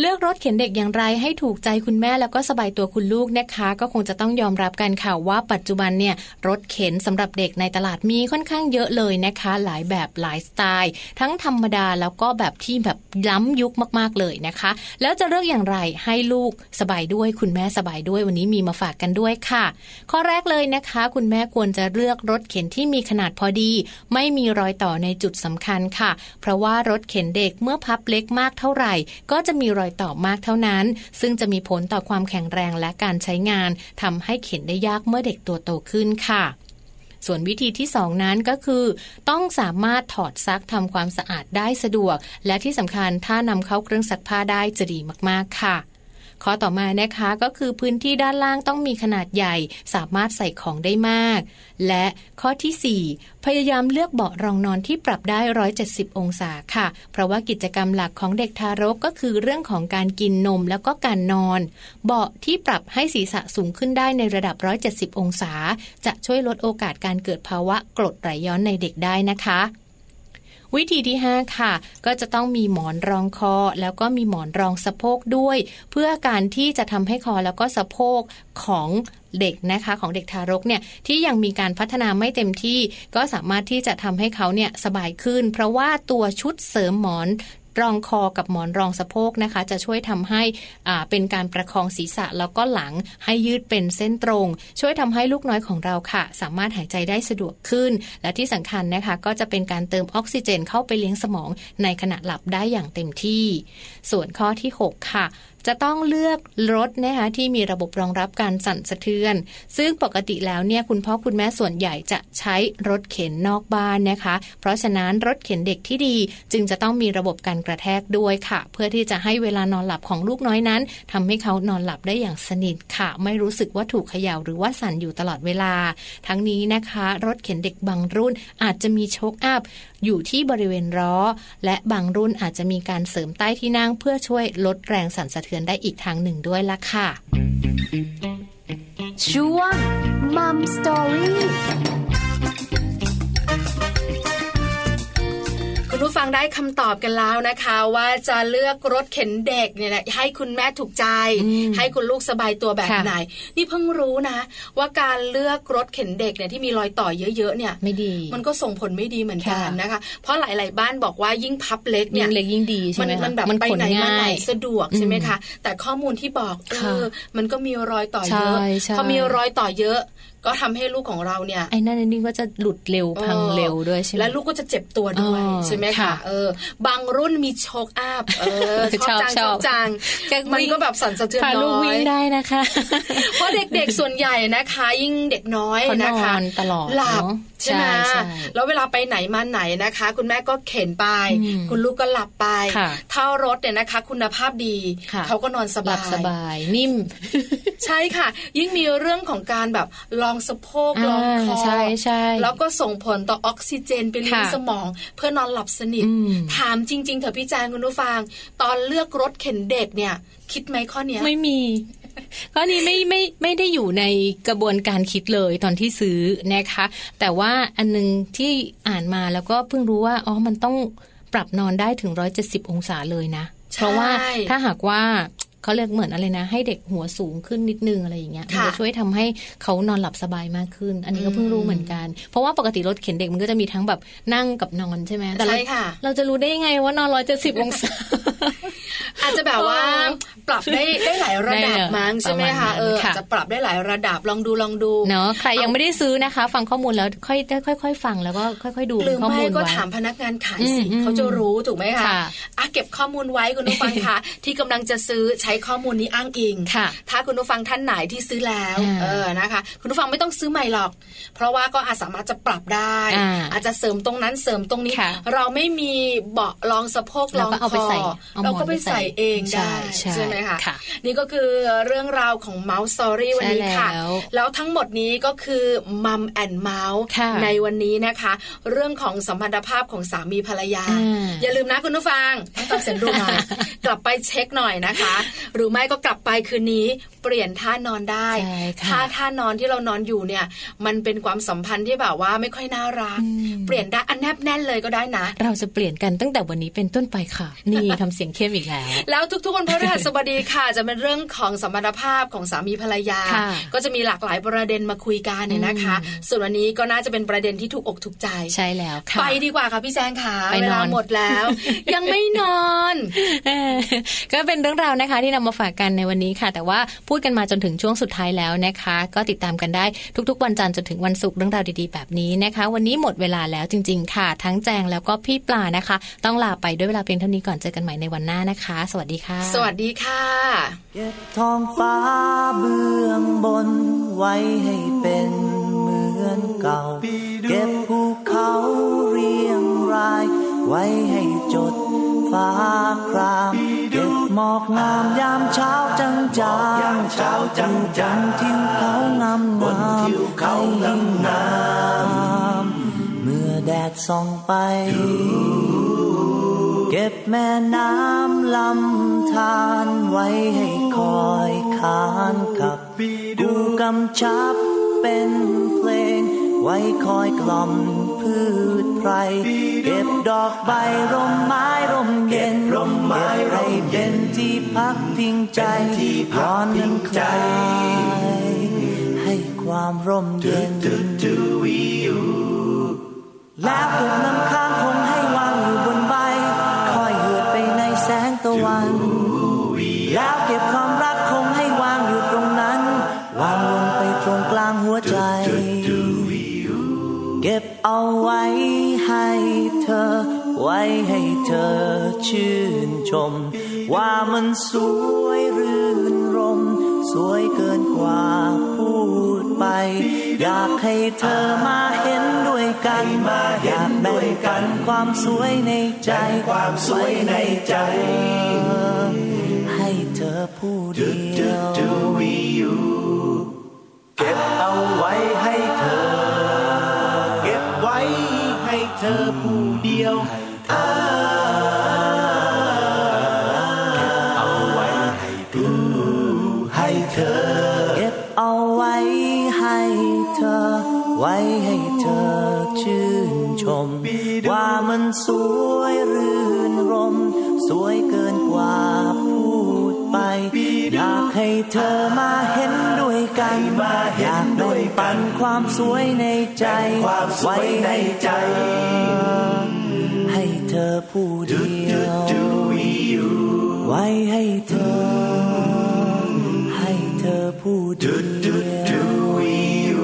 Speaker 2: เลือกรถเข็นเด็กอย่างไรให้ถูกใจคุณแม่แล้วก็สบายตัวคุณลูกนะคะ ก็คงจะต้องยอมรับกันค่ะว่าปัจจุบันเนี่ยรถเข็นสำหรับเด็กในตลาดมีค่อนข้างเยอะเลยนะคะ หลายแบบหลายสไตล์ ทั้งธรรมดาแล้วก็แบบที่แบบล้ำยุคมากๆเลยนะคะ แล้วจะเลือกอย่างไรให้ลูกสบายด้วยคุณแม่สบายด้วยวันนี้มีมาฝากกันด้วยค่ะ ข้อแรกเลยนะคะ คุณแม่ควรจะเลือกรถเข็นที่มีขนาดพอดี ไม่มีรอยต่อในจุดสำคัญค่ะ เพราะว่ารถเข็นเด็กเมื่อพับเล็กมากเท่าไหร่ ก็จะมีรอยต่อมากเท่านั้น ซึ่งจะมีผลต่อความแข็งแรงและการใช้งานทำให้เข็นได้ยากเมื่อเด็กตัวโตขึ้นค่ะ ส่วนวิธีที่ 2 นั้นก็คือ ต้องสามารถถอดซักทำความสะอาดได้สะดวก และที่สำคัญถ้านำเข้าเครื่องซักผ้าได้จะดีมากๆค่ะ ข้อต่อมานะคะก็คือพื้นที่ด้านล่างต้องมีขนาดใหญ่ สามารถใส่ของได้มาก และข้อทีสี่ 4 พยายามเลือกเบาะรองนอนที่ปรับได้ 170 องศาค่ะ เพราะว่ากิจกรรมหลักของเด็กทารกก็คือเรื่องของการกินนมแล้วก็การนอน เบาะที่ปรับให้ศีรษะสูงขึ้นได้ในระดับ 170 องศา จะช่วยลดโอกาสการเกิดภาวะกรดไหลย้อนในเด็กได้นะคะ วิธีที่ 5 ค่ะ ก็จะต้องมีหมอนรองคอ แล้วก็มีหมอนรองสะโพกด้วย เพื่อการที่จะทำให้คอแล้วก็สะโพกของเด็กนะคะ ของเด็กทารกเนี่ยที่ยังมีการพัฒนาไม่เต็มที่ ก็สามารถที่จะทำให้เขาเนี่ยสบายขึ้น เพราะว่าตัวชุดเสริมหมอน รองคอกับหมอนรองสะโพกนะคะ จะช่วยทำให้อ่าเป็นการประคองศีรษะแล้วก็หลังให้ยืดเป็นเส้นตรง ช่วยทำให้ลูกน้อยของเราค่ะ สามารถหายใจได้สะดวกขึ้น และที่สำคัญนะคะ ก็จะเป็นการเติมออกซิเจนเข้าไปเลี้ยงสมองในขณะหลับได้อย่างเต็มที่ ส่วนข้อที่ 6 ค่ะ จะต้องเลือกรถนะคะที่มีระบบรองรับการสั่นสะเทือน ซึ่งปกติแล้วเนี่ยคุณพ่อคุณแม่ส่วนใหญ่จะใช้รถเข็นนอกบ้านนะคะ เพราะฉะนั้นรถเข็นเด็กที่ดี จึงจะต้องมีระบบการกระแทกด้วยค่ะ เพื่อที่จะให้เวลานอนหลับของลูกน้อยนั้นทำให้เขานอนหลับได้อย่างสนิทค่ะ ไม่รู้สึกว่าถูกเขย่าหรือว่าสั่นอยู่ตลอดเวลา ทั้งนี้นะคะ รถเข็นเด็กบางรุ่นอาจจะมีโชคอัพ อยู่ที่บริเวณล้อ และบางรุ่นอาจจะมีการเสริมใต้ที่นั่ง เพื่อช่วยลดแรงสั่นสะเทือนได้อีกทางหนึ่งด้วยล่ะค่ะ
Speaker 6: ช่วง Mum Story
Speaker 3: คุณผู้ฟังได้คำตอบกันแล้วนะคะ ว่าจะเลือกรถเข็นเด็กเนี่ยแหละให้คุณแม่ถูกใจ ให้คุณลูกสบายตัวแบบ
Speaker 2: ค่ะ
Speaker 3: ไหน นี่เพิ่งรู้นะ ว่าการเลือกรถเข็นเด็กเนี่ยที่มีรอยต่อเยอะๆเนี่ย
Speaker 2: ไม่ดี
Speaker 3: มันก็ส่งผลไม่ดีเหมือนกัน
Speaker 2: ค่ะ
Speaker 3: นะคะ เพราะหลาย ๆ บ้านบอกว่ายิ่งพับเล็ก
Speaker 2: ยิ่
Speaker 3: เนี่ย
Speaker 2: งเล็กยิ่งดีใช่
Speaker 3: มั
Speaker 2: ไหม
Speaker 3: มั
Speaker 2: คะ
Speaker 3: นแบบไป
Speaker 2: ขน
Speaker 3: ไหนมา
Speaker 2: ง่า
Speaker 3: ไหน
Speaker 2: ย
Speaker 3: สะดวกใช่ไหม
Speaker 2: อืม
Speaker 3: คะ แต่ข้อมูลที่บอกเอ
Speaker 2: ค่ะ
Speaker 3: อมันก็มีรอยต่อเยอะ
Speaker 2: ใช่ใช่
Speaker 3: พอมีรอยต่อเยอะ ก็ทำให้ลูกของเราเนี่ย
Speaker 2: ไอ้นั่นไอ้นี่ก็จะหลุดเร็วพังเร็วด้วยใช่ไหม
Speaker 3: และลูกก็จะเจ็บตัวด้วย
Speaker 2: อ๋อ
Speaker 3: ใช่ไหม
Speaker 2: ค่ะ
Speaker 3: คะเออบางรุ่นมีโชกอัพเออ ชอบจัง
Speaker 2: ช
Speaker 3: ช
Speaker 2: อ
Speaker 3: อ
Speaker 2: บบ
Speaker 3: จัง
Speaker 2: ชอบ
Speaker 3: มันก็
Speaker 2: วิ่ง
Speaker 3: แบบสั่นสะเทือน
Speaker 2: พาลู
Speaker 3: น้
Speaker 2: ก
Speaker 3: อ
Speaker 2: วิ่
Speaker 3: ย
Speaker 2: งได้นะคะ
Speaker 3: เพราะเด็กๆส่วนใหญ่นะคะ ยิ่งเด็กน้อย
Speaker 2: เขานอน
Speaker 3: นะคะ
Speaker 2: ตลอด
Speaker 3: หลับ
Speaker 2: เนอะ
Speaker 3: ใช่ไหม
Speaker 2: ใช่ใช่
Speaker 3: แล้วเวลาไปไหนมาไหนนะคะ คุณแม่ก็เข็นไป
Speaker 2: อืม
Speaker 3: คุณลูกก็หลับไป
Speaker 2: ค่ะ
Speaker 3: ถ้ารถเนี่ยนะคะ คุณภาพดี
Speaker 2: ค่ะ
Speaker 3: เขาก็นอนส
Speaker 2: ห
Speaker 3: บา
Speaker 2: ลั
Speaker 3: ย
Speaker 2: บสบายนิ่ม
Speaker 3: ใช่ค่ะ ยิ่งมีเรื่องของการแบบลองสะโพกลอ
Speaker 2: อ่า
Speaker 3: งคอ
Speaker 2: ใช่ใช่
Speaker 3: แล้วก็ส่งผลต่อออกซิเจนไปเลี้ยง
Speaker 2: ค่ะ
Speaker 3: สมอง เพื่อนอนหลับสนิท
Speaker 2: อืม
Speaker 3: ถามจริง ๆเถอะพี่แจงคุณผู้ฟัง ตอนเลือกรถเข็นเด็กเนี่ย คิดไหมข้อเนี้ย
Speaker 2: ไม่มี ข้อนี้ไม่ไม่ไม่ได้อยู่ในกระบวนการคิดเลยตอนที่ซื้อนะคะ แต่ว่าอันนึงที่อ่านมาแล้วก็เพิ่งรู้ว่าอ๋อมันต้อง ปรับนอนได้ถึง 170 องศาเลยนะ
Speaker 3: ใช่
Speaker 2: เพราะว่าถ้าหากว่าเขาเรียกเหมือนอะไรนะ ให้เด็กหัวสูงขึ้นนิดนึงอะไรอย่างเงี้ยมั
Speaker 3: ค่ะ
Speaker 2: จะช่วยทำให้เขานอนหลับสบายมากขึ้น อันนี้ก็เพิ่งรู้เหมือนกัน เพราะว่าปกติรถเข็นเด็กมันก็จะมีทั้งแบบนั่งกับนอนใช่ไหมแต่เรา
Speaker 3: ใช่ค่ะ
Speaker 2: เราจะรู้ได้ยังไงว่านอน 170 องศา
Speaker 3: อาจจะแบบว่าปรับได้ได้หลายระดับ
Speaker 2: ได้เลย
Speaker 3: มั้งใช่ไหม
Speaker 2: ประมาณนั้
Speaker 3: คะ
Speaker 2: น
Speaker 3: เอออา
Speaker 2: ค่ะ
Speaker 3: จจะปรับได้หลายระดับลองดูลองดู
Speaker 2: เนาะใครยังไม่ได้ซื้อนะคะ ฟังข้อมูลแล้วค่อยได้ค่อย ๆ ฟังแล้วก็ค่อย ๆ ดู
Speaker 3: หรือ
Speaker 2: ข้อ
Speaker 3: ไม่
Speaker 2: มูล
Speaker 3: ก็
Speaker 2: ไว้
Speaker 3: ถามพนักงานขาย
Speaker 2: อืม
Speaker 3: สิ
Speaker 2: อืม
Speaker 3: เขาจะรู้ถูกไหมคะ
Speaker 2: ค่ะ
Speaker 3: อ่ะเก็บข้อมูลไว้คุณผู้ฟัง คะ ที่กำลังจะซื้อใช้ข้อมูลนี้อ้างอิง
Speaker 2: ค่ะ
Speaker 3: ถ้าคุณผู้ฟังท่านไหนที่ซื้อแล้ว
Speaker 2: อ่า
Speaker 3: เออนะคะ คุณผู้ฟังไม่ต้องซื้อใหม่หรอก เพราะว่าก็อาจสามารถจะปรับได้
Speaker 2: อ่า
Speaker 3: อาจจะเสริมตรงนั้นเสริมตรงนี้
Speaker 2: ค่ะ
Speaker 3: เราไม่มีเบาะรองสะโพกร
Speaker 2: เรา
Speaker 3: อง
Speaker 2: ก็เอา
Speaker 3: ค
Speaker 2: ไป
Speaker 3: อ
Speaker 2: ใส่เอาหมอน
Speaker 3: เราก็ไปใส่
Speaker 2: ไปใส่
Speaker 3: เอง
Speaker 2: ใช่
Speaker 3: ได้
Speaker 2: ใช่
Speaker 3: ไหมคะ
Speaker 2: ค่ะ
Speaker 3: นี่ก็คือเรื่องราวของ Mouse Story วันนี้ค่ะ
Speaker 2: ใช่แล้ว
Speaker 3: แล้วทั้งหมดนี้ก็คือมัมแอนเมาส์
Speaker 2: ค่ะ
Speaker 3: ใน ในวันนี้นะคะ เรื่องของสัมพันธภาพของสามีภรรยา
Speaker 2: อ่า
Speaker 3: อย่าลืมนะคุณผู้ฟังต้องตอบเสียงดูมา กลับไปเช็คหน่อยนะคะ หรือไม่ก็กลับไปคืนนี้เปลี่ยนท่านอนได้
Speaker 2: ใช่ค่ะ
Speaker 3: ถ้าท่านอนที่เรานอนอยู่เนี่ย มันเป็นความสัมพันธ์ที่แบบว่าไม่ค่อยน่ารัก
Speaker 2: อืม
Speaker 3: เปลี่ยนได้อันแนบแน่นเลยก็ได้นะ
Speaker 2: เราจะเปลี่ยนกันตั้งแต่วันนี้เป็นต้นไปค่ะ นี่ทำเสียงเข้มอีกแล้ว
Speaker 3: แล้วทุกๆวันพฤหัสบดีค่ะ จะเป็นเรื่องของสัมพันธภาพของสามีภรรยา
Speaker 2: ค่ะ
Speaker 3: ก็จะมีหลากหลายประเด็นมาคุยกันเนี่ยนะคะ
Speaker 2: อืม
Speaker 3: ส่วนวันนี้ก็น่าจะเป็นประเด็นที่ถูกอกถูกใจ
Speaker 2: ใช่แล้วค่ะ
Speaker 3: ไปดีกว่าค่ะพี่แจงค่ะ
Speaker 2: ไป
Speaker 3: เวน
Speaker 2: อ
Speaker 3: ลาน หมดแล้ว ยังไม่นอน
Speaker 2: เออก็เป็นเรื่องราวนะคะที่นำมาฝากกันในวันนี้ค่ะ แต่ว่าพูดกันมาจนถึงช่วงสุดท้ายแล้วนะคะ ก็ติดตามกันได้ทุก ๆ วันจันทร์จนถึงวันศุกร์เรื่องราวดีๆแบบนี้นะคะ วันนี้หมดเวลาแล้วจริง ๆ ค่ะ ทั้งแจงแล้วก็พี่ปลานะคะ ต้องลาไปด้วยเวลาเพียงเท่านี้ก่อนเจอกันใหม่ในวันหน้านะคะ สวัสดีค่ะ
Speaker 3: สวัสดีค่ะ
Speaker 7: เก็บท้องฟ้าเบื้องบนไว้ให้เป็นเหมือนเก่า เก็บภูเขาเรียงราย ไว้ให้จดฟ้าคราม เก็บหมอกงามยามเช้าจังจางยามเช้าจังจังทิวเขางามงามทิวเขางามงามเมื่อแดดส่องไป เก็บแม่น้ำลำธารไว้ให้คอยขานขับ กูกำชับเป็นเพลง ไว้คอยกล่อมพืชไพร เก็บดอกใบร่มไม้ร่มเย็นร่มไม้ร่มเย็นที่พักพิงใจที่ร้อนนั้นคลายให้ความร่มเย็น แล้วผมนำค้างคงให้วางอยู่บนใบ คอยเหือดไปในแสงตะวัน แล้วเก็บความรักคงให้วางอยู่ตรงนั้น วางลงไปตรงกลางหัวใจ เก็บเอาไว้ให้เธอ ไว้ให้เธอชื่นชม ว่ามันสวยรื่นรม สวยเกินกว่าพูดไป อยากให้เธอมาเห็นด้วยกัน อยากแบ่งกันความสวยในใจ ความสวยในใจ ให้เธอผู้เดียวเก็บเอาไว้ให้เธอ เก็บไว้ให้เธอผู้เดียวอ่าเก็บเอาไว้ให้เธอให้เธอ เก็บเอาไว้ให้เธอ ไว้ให้เธอชื่นชม ว่ามันสวยรื่นรม สวยเกินกว่าพูดไป อยากให้เธอมาเห็นด้วยกันอยากแบ่งปันความสวยในใจไว้ในใจ ให้เธอผู้เดียวไว้ให้เธอ ให้เธอผู้เดียว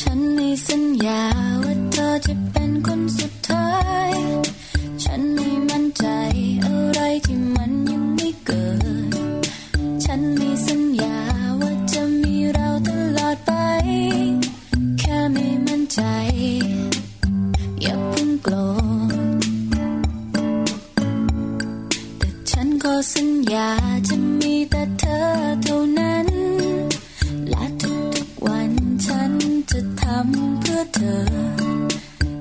Speaker 8: ฉันไม่สัญญาว่าเธอจะเป็นคนสุดท้าย ฉันไม่มั่นใจอะไรที่มันยังไม่เกิด สัญญาจะมีแต่เธอเท่านั้น และทุกๆวันฉันจะทำเพื่อเธอ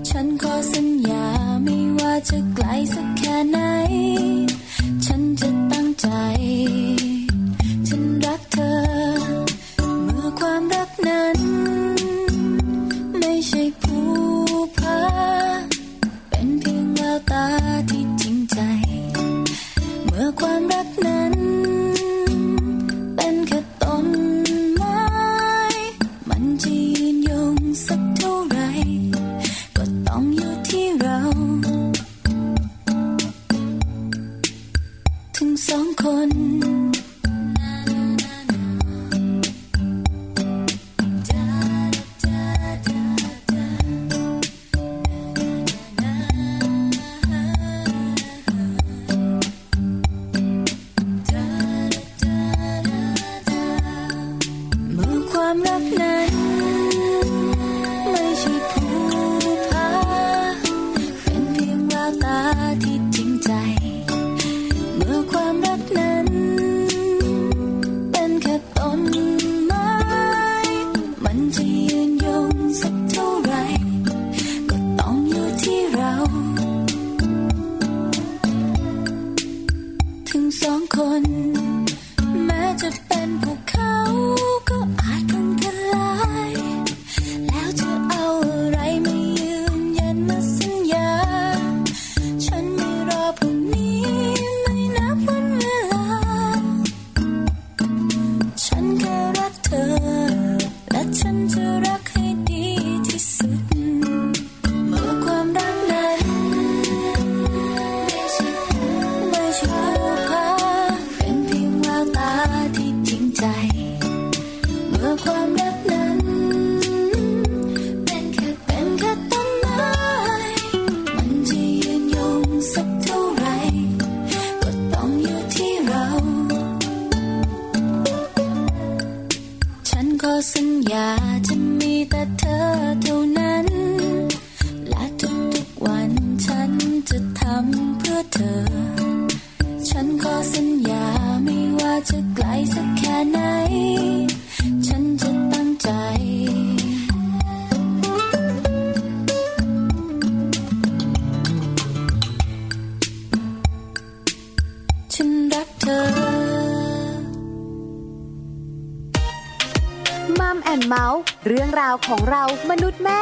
Speaker 8: ฉันขอสัญญาไม่ว่าจะไกลสักแค่ไหน ฉันจะตั้งใจ ฉันรักเธอ เมื่อความรักนั้น ไม่ใช่ผู้พาเป็นเพียงแววตาที่จริงใจ เมื่อความรักนั้น เป็นแค่ต้นไม้ มันจะยืนยงสักเท่าไหรก็ต้องอยู่ที่เรา ถึงสองคน เมื่อความรักนั้น ไม่ใช่ผู้พาเป็นเพียงแววตาที่จริงใจ เมื่อความรักนั้น เป็นแค่ต้นไม้ มันจะยืนยงสักเท่าไหรก็ต้องอยู่ที่เรา ถึงสองคน แม้จะเป็นพวกเขาก็อาจกันทลาย แล้วจะเอาอะไรมายืนยันมาสัญญา ฉันไม่รอพรุ่งนี้ไม่นับวันเวลา ฉันแค่รักเธอ และฉันจะรักให้ดีที่สุด เมื่อความรักนั้น ไม่ใช่ผู้พาเป็นเพียงแววตาที่จริงใจ เมื่อความรักนั้น เป็นแค่เป็นแค่ต้นไม้มันจะยืนยงสักเท่าไหรก็ต้องอยู่ที่เรา ฉันขอสัญญาจะมีแต่เธอเท่านั้น และทุกๆวันฉันจะทำเพื่อเธอ ฉันขอสัญญาไม่ว่าจะไกลสักแค่ไหน ฉันจะตั้งใจ ฉันรักเธอ
Speaker 2: มัมแอนเมาส์เรื่องราวของเรามนุษย์แม่